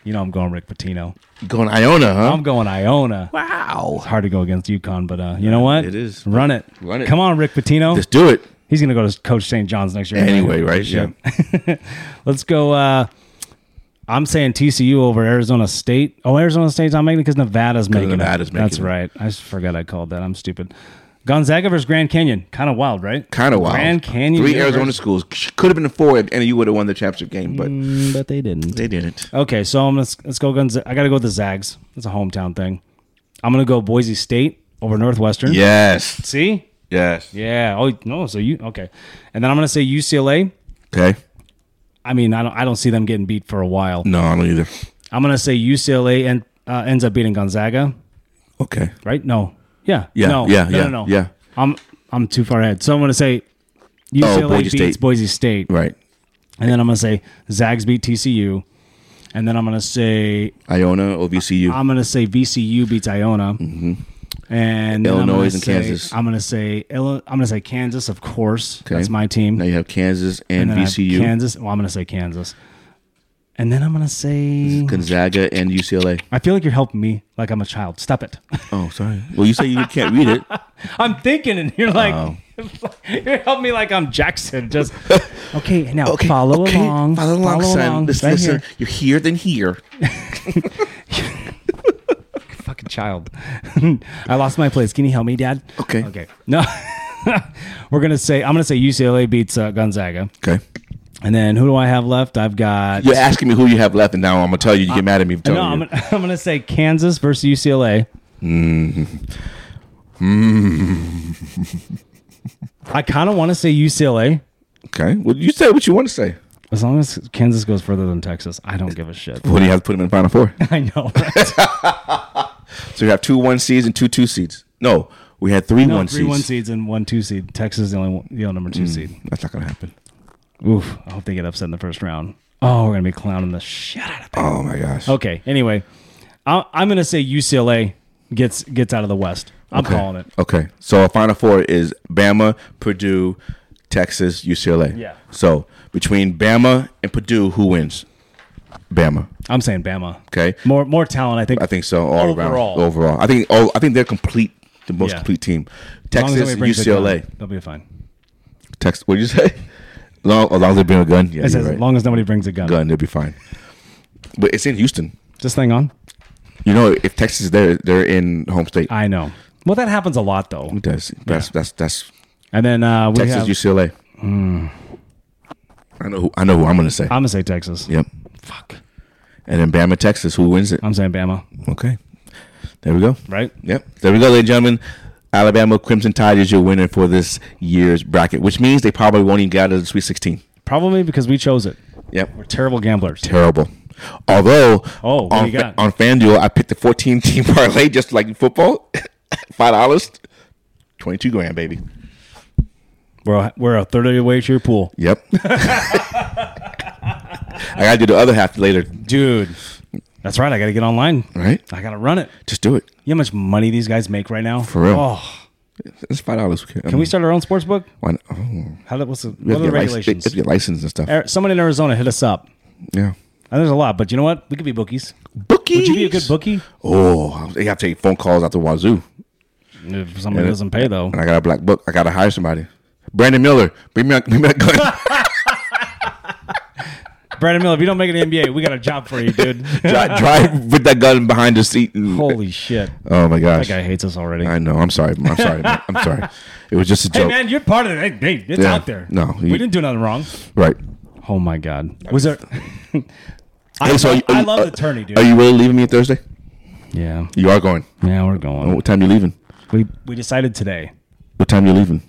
Speaker 1: You know I'm going Rick Pitino.
Speaker 2: You Going Iona, huh?
Speaker 1: I'm going Iona.
Speaker 2: wow.
Speaker 1: Hard to go against UConn, but uh, you know what?
Speaker 2: It is.
Speaker 1: Run it.
Speaker 2: Run it.
Speaker 1: Come on, Rick Pitino.
Speaker 2: Let's do it.
Speaker 1: He's gonna go to Coach St. John's next year.
Speaker 2: Anyway, right?
Speaker 1: Shit. Let's go. Uh, I'm saying TCU over Arizona State. Oh, Arizona State's not making it because Nevada's making
Speaker 2: Nevada's
Speaker 1: it.
Speaker 2: making
Speaker 1: That's
Speaker 2: it.
Speaker 1: right. I just forgot I called that. I'm stupid. Gonzaga versus Grand Canyon. Kind of wild, right?
Speaker 2: Kind of wild.
Speaker 1: Grand Canyon.
Speaker 2: Three
Speaker 1: University.
Speaker 2: Arizona schools could have been four, and you would have won the championship game, but
Speaker 1: Mm, But they didn't.
Speaker 2: they didn't.
Speaker 1: Okay, so I'm gonna let's go. Guns. I gotta go with the Zags. That's a hometown thing. I'm gonna go Boise State over Northwestern.
Speaker 2: Yes.
Speaker 1: See.
Speaker 2: Yes.
Speaker 1: Yeah. Oh no. So you okay? And then I'm gonna say UCLA.
Speaker 2: Okay.
Speaker 1: I mean, I don't. I don't see them getting beat for a while.
Speaker 2: No, I don't either.
Speaker 1: I'm gonna say UCLA and uh, ends up beating Gonzaga.
Speaker 2: Okay.
Speaker 1: Right? No. Yeah.
Speaker 2: Yeah,
Speaker 1: No.
Speaker 2: yeah,
Speaker 1: No.
Speaker 2: yeah,
Speaker 1: no, no.
Speaker 2: yeah. Oh,
Speaker 1: I'm I'm too far ahead. So I'm gonna say UCLA
Speaker 2: Boise
Speaker 1: beats
Speaker 2: State.
Speaker 1: Boise State,
Speaker 2: Right.
Speaker 1: and then I'm gonna say Zags beat TCU, and then I'm gonna say
Speaker 2: Iona, OVCU.
Speaker 1: I'm gonna say VCU beats Iona, and then I'm
Speaker 2: Mm-hmm. Illinois
Speaker 1: gonna
Speaker 2: and
Speaker 1: say-
Speaker 2: Kansas.
Speaker 1: I'm gonna say Illi- I'm gonna say Kansas, of course. That's my team.
Speaker 2: now you have Kansas and,
Speaker 1: and then I have
Speaker 2: VCU,
Speaker 1: Kansas. Well, I'm gonna say Kansas, and then I'm gonna say.
Speaker 2: Gonzaga, and UCLA.
Speaker 1: I feel like you're helping me like I'm a child. Stop it.
Speaker 2: Oh, sorry. Well, you say you can't read it. Oh.
Speaker 1: I'm thinking, and you're like, you help me like I'm Jackson. Just okay. Now follow
Speaker 2: okay,
Speaker 1: along.
Speaker 2: Follow along, son. listen,
Speaker 1: right
Speaker 2: listen.
Speaker 1: here.
Speaker 2: You're here, then here.
Speaker 1: Fucking child. I lost my place. Can you help me, Dad?
Speaker 2: Okay.
Speaker 1: Okay. No. We're gonna say I'm gonna say UCLA beats uh, Gonzaga,
Speaker 2: Okay.
Speaker 1: and then who do I have left? I've got.
Speaker 2: You're asking me who you have left, and now I'm gonna tell you. You get mad at me. For telling
Speaker 1: Uh, No, I'm
Speaker 2: you.
Speaker 1: gonna, I'm gonna say Kansas versus UCLA.
Speaker 2: Mm-hmm.
Speaker 1: I kind of want to say UCLA
Speaker 2: okay. Well, you say what you want to say.
Speaker 1: as long as Kansas goes further than Texas. I don't give a shit.
Speaker 2: Who do you have to put them in the final four?
Speaker 1: I know. right?
Speaker 2: So you have two one seeds and two two seeds. No, we had three
Speaker 1: No,
Speaker 2: one
Speaker 1: three
Speaker 2: seeds. Mm.
Speaker 1: one seeds and one two seed. Texas is the only one, the only number two seed.
Speaker 2: That's not gonna happen.
Speaker 1: Oof! I hope they get upset in the first round. Oh, we're gonna be clowning the shit out of them.
Speaker 2: Oh my gosh.
Speaker 1: Okay. Anyway, I, I'm gonna say UCLA gets gets out of the West. I'm
Speaker 2: Okay.
Speaker 1: calling it.
Speaker 2: Okay. So our final four is Bama, Purdue, Texas, UCLA.
Speaker 1: Yeah.
Speaker 2: So between Bama and Purdue, who wins? Bama.
Speaker 1: I'm saying Bama.
Speaker 2: Okay.
Speaker 1: More more talent. I think.
Speaker 2: I think so. All
Speaker 1: Overall.
Speaker 2: around. Overall. I think all I think they're complete the most
Speaker 1: Yeah.
Speaker 2: complete team.
Speaker 1: As long as
Speaker 2: Texas,
Speaker 1: somebody brings a gun,
Speaker 2: UCLA.
Speaker 1: They'll be fine.
Speaker 2: Texas what did you say? Long, as long as they bring a gun, yeah,
Speaker 1: It
Speaker 2: you're
Speaker 1: says,
Speaker 2: right.
Speaker 1: as long as nobody brings a gun.
Speaker 2: gun, they'll be fine. But it's in Houston.
Speaker 1: This thing on.
Speaker 2: You know, if Texas is there, they're in home state.
Speaker 1: I know. Well, that happens a lot though.
Speaker 2: It does. That's that's that's
Speaker 1: And then uh, we
Speaker 2: Texas,
Speaker 1: have.
Speaker 2: UCLA. Mm. I know. Who, I know who I'm going to say.
Speaker 1: I'm gonna say Texas.
Speaker 2: yep.
Speaker 1: Fuck.
Speaker 2: And then Bama, Texas. Who wins it?
Speaker 1: I'm saying Bama.
Speaker 2: Okay. There we go.
Speaker 1: Right.
Speaker 2: Yep. There we go, ladies and gentlemen. Alabama Crimson Tide is your winner for this year's bracket, which means they probably won't even get out of the Sweet 16.
Speaker 1: Probably because we chose it.
Speaker 2: Yep.
Speaker 1: We're terrible gamblers.
Speaker 2: Terrible. Although,
Speaker 1: Oh, what
Speaker 2: on,
Speaker 1: do you got?
Speaker 2: on FanDuel, I picked the 14 team parlay just like football. $5, 22 grand, baby.
Speaker 1: We're a, we're a third of the way to your pool,
Speaker 2: Yep. I got to do the other half later,
Speaker 1: dude. That's right. I got to get online.
Speaker 2: right?
Speaker 1: I got to run it.
Speaker 2: Just do it.
Speaker 1: You know how much money these guys make right now?
Speaker 2: For real.
Speaker 1: Oh,
Speaker 2: It's five dollars. Can um,
Speaker 1: can we start our own sports book?
Speaker 2: Why not? Oh, we
Speaker 1: How do, what's the, what are the
Speaker 2: have to get license,
Speaker 1: regulations?
Speaker 2: have to get license and stuff.
Speaker 1: Ari- Someone in Arizona hit us up.
Speaker 2: Yeah.
Speaker 1: And there's a lot, but you know what? We could be bookies.
Speaker 2: Bookies.
Speaker 1: Would you be a good bookie?
Speaker 2: Oh, they have to take phone calls out the wazoo,
Speaker 1: If somebody doesn't pay though,
Speaker 2: and I got a black book. I got to hire somebody. Brandon Miller, bring me, a, bring me a gun.
Speaker 1: Brandon Miller, if you don't make it to the NBA, we got a job for you, dude.
Speaker 2: drive, drive with that gun behind the seat. And,
Speaker 1: Holy shit!
Speaker 2: oh my
Speaker 1: That
Speaker 2: gosh!
Speaker 1: guy hates us already.
Speaker 2: I know. I'm sorry. I'm sorry. man. I'm sorry. It was just a
Speaker 1: Hey
Speaker 2: joke,
Speaker 1: man, you're part of it. Hey, hey, it's
Speaker 2: Yeah,
Speaker 1: out there.
Speaker 2: no,
Speaker 1: we
Speaker 2: you-
Speaker 1: didn't do nothing wrong.
Speaker 2: right?
Speaker 1: Oh my god, was there? I,
Speaker 2: Hey,
Speaker 1: love,
Speaker 2: so are you- are
Speaker 1: I
Speaker 2: you-
Speaker 1: love
Speaker 2: are-
Speaker 1: the tourney, dude.
Speaker 2: Are you really leaving me Thursday?
Speaker 1: yeah,
Speaker 2: You are going.
Speaker 1: yeah, we're going.
Speaker 2: What time you leaving?
Speaker 1: We we decided today,
Speaker 2: What time you leaving?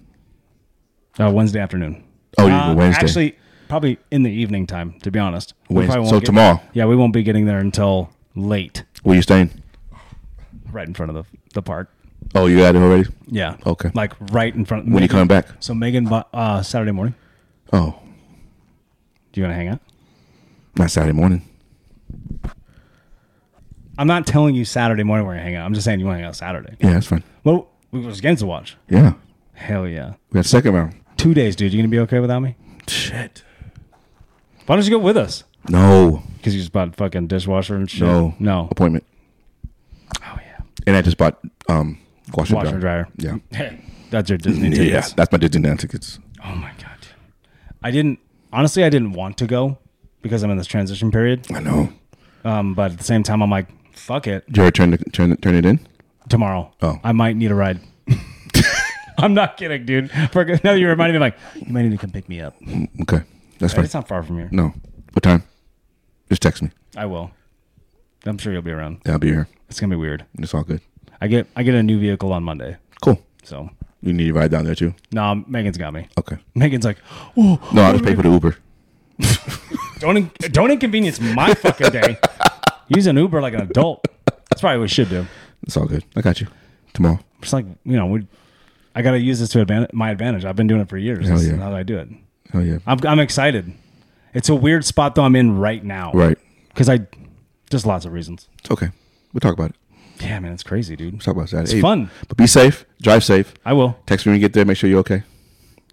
Speaker 1: uh, Wednesday afternoon.
Speaker 2: Oh, you
Speaker 1: Uh,
Speaker 2: Wednesday.
Speaker 1: Actually, probably in the evening time. To be honest, We
Speaker 2: Wednesday.
Speaker 1: probably won't
Speaker 2: So
Speaker 1: get-
Speaker 2: tomorrow.
Speaker 1: Yeah, we won't be getting there until late,
Speaker 2: where you staying?
Speaker 1: right in front of the the park.
Speaker 2: Oh, you got it already.
Speaker 1: Yeah.
Speaker 2: Okay.
Speaker 1: Like right in front.
Speaker 2: When you coming back?
Speaker 1: So Megan, bu- uh, Saturday morning.
Speaker 2: Oh,
Speaker 1: Do you want to hang out?
Speaker 2: not Saturday morning.
Speaker 1: I'm not telling you Saturday morning we're gonna hang out. I'm just saying you want to hang out Saturday.
Speaker 2: Yeah, that's fine.
Speaker 1: Well, we was games to watch.
Speaker 2: Yeah,
Speaker 1: Hell yeah.
Speaker 2: we had second round.
Speaker 1: Two days, dude. You gonna be okay without me?
Speaker 2: Shit.
Speaker 1: Why don't you go with us?
Speaker 2: No,
Speaker 1: Because you just bought fucking dishwasher and shit.
Speaker 2: no,
Speaker 1: No.
Speaker 2: appointment.
Speaker 1: Oh yeah.
Speaker 2: And I just bought um washer,
Speaker 1: Washer
Speaker 2: and
Speaker 1: and
Speaker 2: dryer.
Speaker 1: dryer.
Speaker 2: Yeah,
Speaker 1: That's your Disney
Speaker 2: yeah,
Speaker 1: tickets.
Speaker 2: that's my Disneyland tickets.
Speaker 1: Oh my god. dude. I didn't. Honestly, I didn't want to go because I'm in this transition period.
Speaker 2: I know.
Speaker 1: Um, but at the same time, I'm like, fuck it.
Speaker 2: Did you ever turn it turn it turn it in?
Speaker 1: tomorrow.
Speaker 2: Oh.
Speaker 1: I might need a ride. I'm not kidding, dude. For, now that you reminded me, I'm like, you might need to come pick me up.
Speaker 2: Mm, Okay, that's fine.
Speaker 1: It's not far from here.
Speaker 2: No, what time? Just text me.
Speaker 1: I will. I'm sure you'll be around.
Speaker 2: I'll be here.
Speaker 1: It's gonna be weird.
Speaker 2: It's all good.
Speaker 1: I get I get a new vehicle on Monday,
Speaker 2: Cool.
Speaker 1: so
Speaker 2: You need a ride down there too.
Speaker 1: no, Megan's got me.
Speaker 2: Okay.
Speaker 1: Megan's like, oh,
Speaker 2: No, I'll just pay for the Uber.
Speaker 1: don't in- don't inconvenience my fucking day. Use an Uber like an adult. That's probably what we should do.
Speaker 2: It's all good. I got you. Tomorrow.
Speaker 1: It's like you know, we, I gotta use this to advan- my advantage. I've been doing it for years.
Speaker 2: Hell
Speaker 1: This is
Speaker 2: yeah.
Speaker 1: how I do it.
Speaker 2: Oh yeah.
Speaker 1: I'm, I'm excited. It's a weird spot though. I'm in right now.
Speaker 2: Right.
Speaker 1: Because I, just lots of reasons.
Speaker 2: It's okay. We'll talk about it.
Speaker 1: Yeah, man, it's crazy, dude.
Speaker 2: We'll talk about Saturday. It's
Speaker 1: fun.
Speaker 2: But be safe. Drive safe.
Speaker 1: I will.
Speaker 2: Text me when you get there. Make sure you're okay.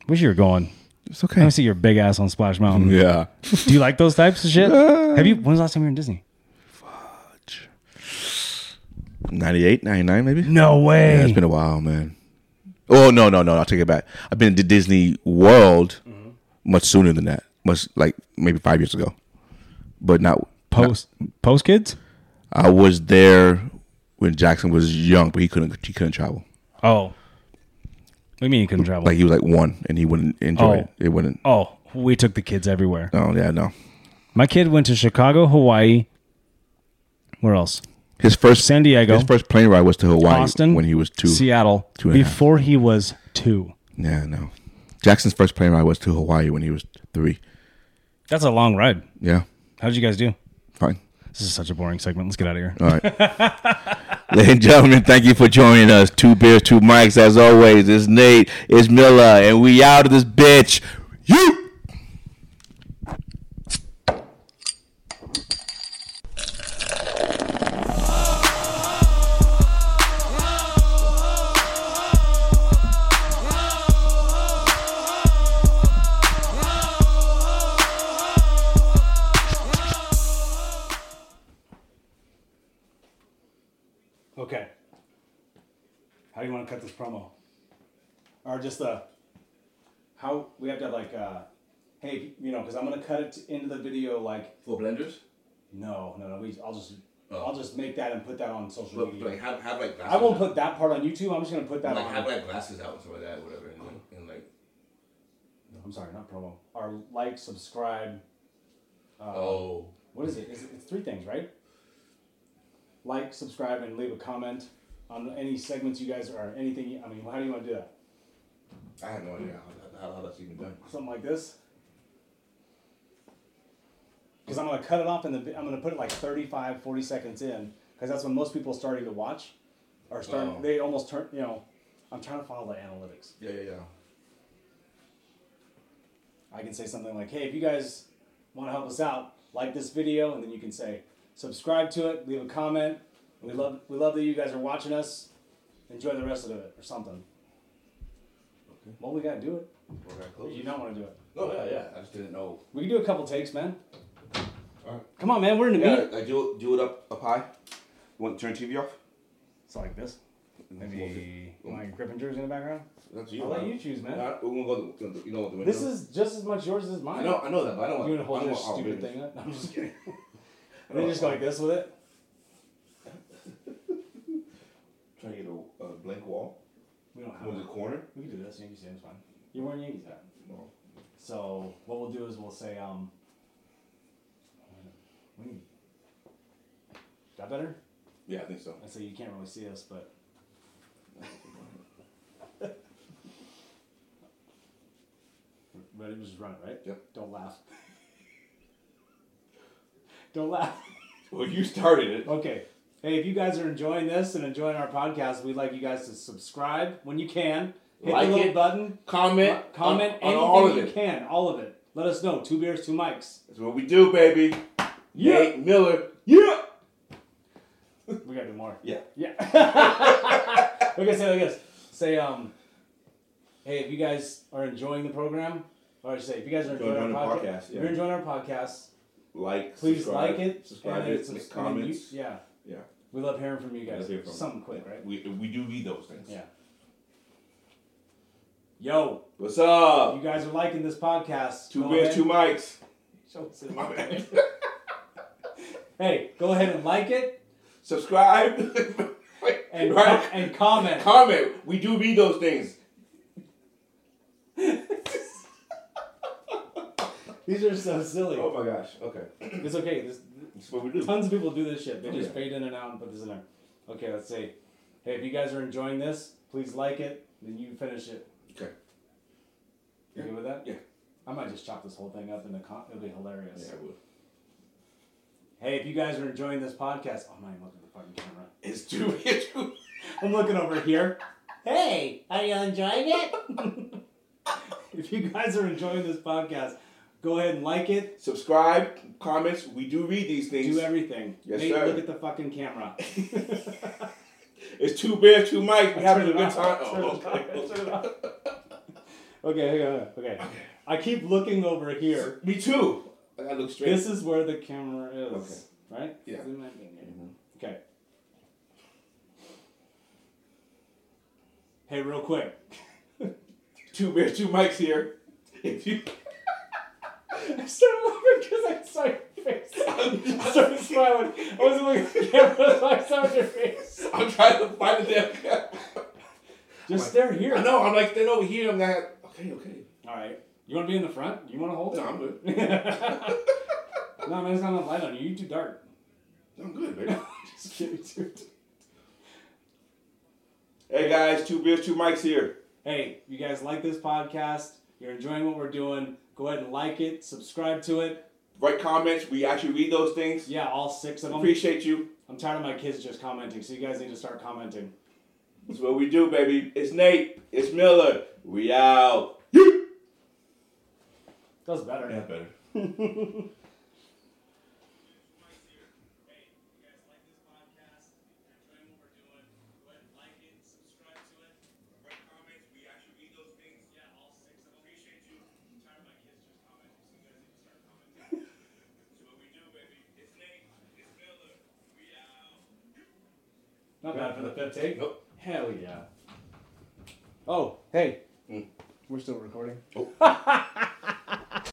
Speaker 1: Wish you were going.
Speaker 2: It's okay.
Speaker 1: I see your big ass on Splash Mountain.
Speaker 2: Yeah.
Speaker 1: Do you like those types of shit?
Speaker 2: Uh,
Speaker 1: Have you? When was the last time you were in Disney?
Speaker 2: 98, 99 maybe?
Speaker 1: No way.
Speaker 2: Yeah, it's been a while, man. Oh no, no, no! I'll take it back. I've been to Disney World
Speaker 1: Mm-hmm.
Speaker 2: much sooner than that. Much like maybe five years ago, but not
Speaker 1: Post post kids?
Speaker 2: I was there when Jackson was young, but he couldn't. He couldn't travel.
Speaker 1: Oh. What do you mean you couldn't travel?
Speaker 2: Like he was like one, and he wouldn't enjoy
Speaker 1: Oh.
Speaker 2: it. It wouldn't.
Speaker 1: oh, we took the kids everywhere.
Speaker 2: Oh yeah, no.
Speaker 1: My kid went to Chicago, Hawaii. Where else?
Speaker 2: His first
Speaker 1: San Diego.
Speaker 2: His first plane ride was to Hawaii
Speaker 1: Austin.
Speaker 2: when he was two.
Speaker 1: Seattle.
Speaker 2: two and a half.
Speaker 1: before he was two.
Speaker 2: yeah, no. Jackson's first plane ride was to Hawaii when he was three.
Speaker 1: That's a long ride.
Speaker 2: Yeah,
Speaker 1: How did you guys do?
Speaker 2: fine.
Speaker 1: This is such a boring segment. Let's get out of here.
Speaker 2: All right. Ladies and gentlemen, thank you for joining us. Two beers, two mics. As always, it's Nate, it's Miller, and we out of this bitch. You.
Speaker 1: Okay. How do you want to cut this promo? Or just uh, how we have to like, uh, hey, you know, because I'm gonna cut it into the video. Like,
Speaker 2: For blenders,
Speaker 1: no, no, no. We, I'll just,
Speaker 2: Oh.
Speaker 1: I'll just make that and put that on social media.
Speaker 2: have, have like glasses.
Speaker 1: I won't put that part on YouTube. I'm just gonna put that on.
Speaker 2: like glasses out and stuff like that, whatever, and, like
Speaker 1: I'm sorry, not promo. Or like, subscribe.
Speaker 2: oh,
Speaker 1: What is it? Is it it's three things, right? Like, subscribe, and leave a comment on any segments you guys or anything. you- I mean, how do you want to do that?
Speaker 2: I have no idea how, how, how that's even done.
Speaker 1: Something like this. Because I'm gonna cut it off and the I'm gonna put it like 35, 40 seconds in, because that's when most people are starting to watch, or start
Speaker 2: Oh.
Speaker 1: they almost turn. You know, I'm trying to follow the analytics.
Speaker 2: Yeah, yeah, yeah.
Speaker 1: I can say something like, hey, if you guys want to help us out, like this video, and then you can say, subscribe to it, leave a comment. We love, we love that you guys are watching us. Enjoy the rest of it, or something. Well, we gotta do it.
Speaker 2: We're gonna
Speaker 1: Or
Speaker 2: close.
Speaker 1: You don't want to do it.
Speaker 2: No, Oh, yeah, yeah. I just didn't know.
Speaker 1: We can do a couple takes, man.
Speaker 2: Alright.
Speaker 1: Come on, man, we're in the
Speaker 2: Yeah,
Speaker 1: meat.
Speaker 2: like do it- do it up up high. You want to turn TV off?
Speaker 1: It's like this. Maybe my Gryffindor's in the background.
Speaker 2: That's you.
Speaker 1: I'll let
Speaker 2: man.
Speaker 1: you choose, man.
Speaker 2: Nah, we're gonna go. To, you know what the window.
Speaker 1: This is just as much yours as mine.
Speaker 2: I know. I know that, but I don't
Speaker 1: You want to
Speaker 2: want.
Speaker 1: hold
Speaker 2: I don't
Speaker 1: this
Speaker 2: want
Speaker 1: stupid
Speaker 2: outrageous.
Speaker 1: thing up? No, I'm just kidding.
Speaker 2: I
Speaker 1: They
Speaker 2: don't
Speaker 1: just go
Speaker 2: want-
Speaker 1: like this with it.
Speaker 2: Try to get a, a blank wall.
Speaker 1: We don't have.
Speaker 2: With
Speaker 1: it.
Speaker 2: the corner.
Speaker 1: We can do this. Yankees game's fine. You're wearing Yankees hat.
Speaker 2: No.
Speaker 1: So what we'll do is we'll say, um, we need, that better?
Speaker 2: Yeah, I think so.
Speaker 1: I say you can't really see us, but ready? Just run it, right?
Speaker 2: Yep.
Speaker 1: Don't laugh. Don't laugh.
Speaker 2: Well, you started it.
Speaker 1: Okay. Hey, if you guys are enjoying this and enjoying our podcast, we'd like you guys to subscribe when you can. Hit
Speaker 2: Like
Speaker 1: the little
Speaker 2: it.
Speaker 1: button.
Speaker 2: Comment.
Speaker 1: Comment
Speaker 2: on, on
Speaker 1: anything
Speaker 2: all of
Speaker 1: you
Speaker 2: it.
Speaker 1: can. All of it. Let us know. Two beers, two mics.
Speaker 2: That's what we do, baby.
Speaker 1: Yeah.
Speaker 2: Nate Miller. Yeah.
Speaker 1: We gotta do more.
Speaker 2: Yeah.
Speaker 1: Yeah. We're gonna say like this. Say um, hey, if you guys are enjoying the program, or I should say if you guys are
Speaker 2: Enjoy-
Speaker 1: enjoying,
Speaker 2: enjoying
Speaker 1: our
Speaker 2: the
Speaker 1: podcast,
Speaker 2: podcast,
Speaker 1: if
Speaker 2: yeah.
Speaker 1: you're enjoying our podcast,
Speaker 2: Like.
Speaker 1: please
Speaker 2: subscribe,
Speaker 1: like it,
Speaker 2: Subscribe
Speaker 1: and then
Speaker 2: it.
Speaker 1: subs-
Speaker 2: Make
Speaker 1: and then you-
Speaker 2: comments.
Speaker 1: yeah,
Speaker 2: Yeah.
Speaker 1: we love hearing from you guys.
Speaker 2: Let's hear from
Speaker 1: Something
Speaker 2: them.
Speaker 1: quick, right?
Speaker 2: We, we do read those things.
Speaker 1: Yeah. Yo,
Speaker 2: What's up?
Speaker 1: you guys are liking this podcast.
Speaker 2: Two
Speaker 1: go
Speaker 2: bears,
Speaker 1: ahead-
Speaker 2: two mics.
Speaker 1: Show us it.
Speaker 2: My bad.
Speaker 1: Hey, go ahead and like it
Speaker 2: Subscribe.
Speaker 1: and
Speaker 2: right?
Speaker 1: and comment.
Speaker 2: Comment. We do read those things.
Speaker 1: These are so silly.
Speaker 2: Oh my gosh. Okay.
Speaker 1: It's okay. This,
Speaker 2: That's what we do.
Speaker 1: Tons of people do this shit. They
Speaker 2: Oh,
Speaker 1: just
Speaker 2: yeah.
Speaker 1: fade in and out and put this in there. Okay, let's say, hey, if you guys are enjoying this, please like it. Then you finish it.
Speaker 2: Okay.
Speaker 1: You good with that?
Speaker 2: Yeah.
Speaker 1: I might just chop this whole thing up into con- it'll be hilarious.
Speaker 2: Yeah, I will.
Speaker 1: Hey, if you guys are enjoying this podcast, oh, I'm not even looking at the fucking camera.
Speaker 2: It's two. It's two.
Speaker 1: I'm looking over here.
Speaker 3: Hey, are you enjoying it?
Speaker 1: If you guys are enjoying this podcast, go ahead and like it.
Speaker 2: Subscribe. Comments. We do read these things.
Speaker 1: Do everything.
Speaker 2: Yes,
Speaker 1: Nate,
Speaker 2: sir.
Speaker 1: Look at the fucking camera.
Speaker 2: it's two bears, two mics. We're having a
Speaker 1: Turn it
Speaker 2: good
Speaker 1: off.
Speaker 2: time.
Speaker 1: Turn it
Speaker 2: Oh,
Speaker 1: off.
Speaker 2: okay.
Speaker 1: Turn it off. Okay, hang on, hang on. okay. I keep looking over here.
Speaker 2: Me too. I gotta look straight.
Speaker 1: This is where the camera is. Right?
Speaker 2: Yeah.
Speaker 1: Zoom in here. Okay. Hey, real quick.
Speaker 4: Two we have two mics here. If you
Speaker 1: I started laughing because I saw your face. I started smiling. I wasn't looking at the camera, so I saw your face.
Speaker 4: I'm trying to find the damn
Speaker 1: Just stare here.
Speaker 4: I know, I'm like they over here, I'm like okay, okay.
Speaker 1: All right. You want to be in the front? You want to hold it?
Speaker 4: No, I'm good.
Speaker 1: No, man, it's not enough light on you. You're too dark.
Speaker 4: I'm good, baby.
Speaker 1: Just kidding, dude.
Speaker 4: Hey guys, two beers, two mics here.
Speaker 1: Hey, you guys like this podcast? You're enjoying what we're doing? Go ahead and like it, subscribe to it.
Speaker 4: Write comments, we actually read those things.
Speaker 1: Yeah, all six of them.
Speaker 4: Appreciate you.
Speaker 1: I'm tired of my kids just commenting, so you guys need to start commenting.
Speaker 4: That's what we do, baby. It's Nate. It's Miller. We out.
Speaker 1: That was better.
Speaker 4: better.
Speaker 1: Not bad for the fifth take. Hell yeah. Oh, hey. We're still recording.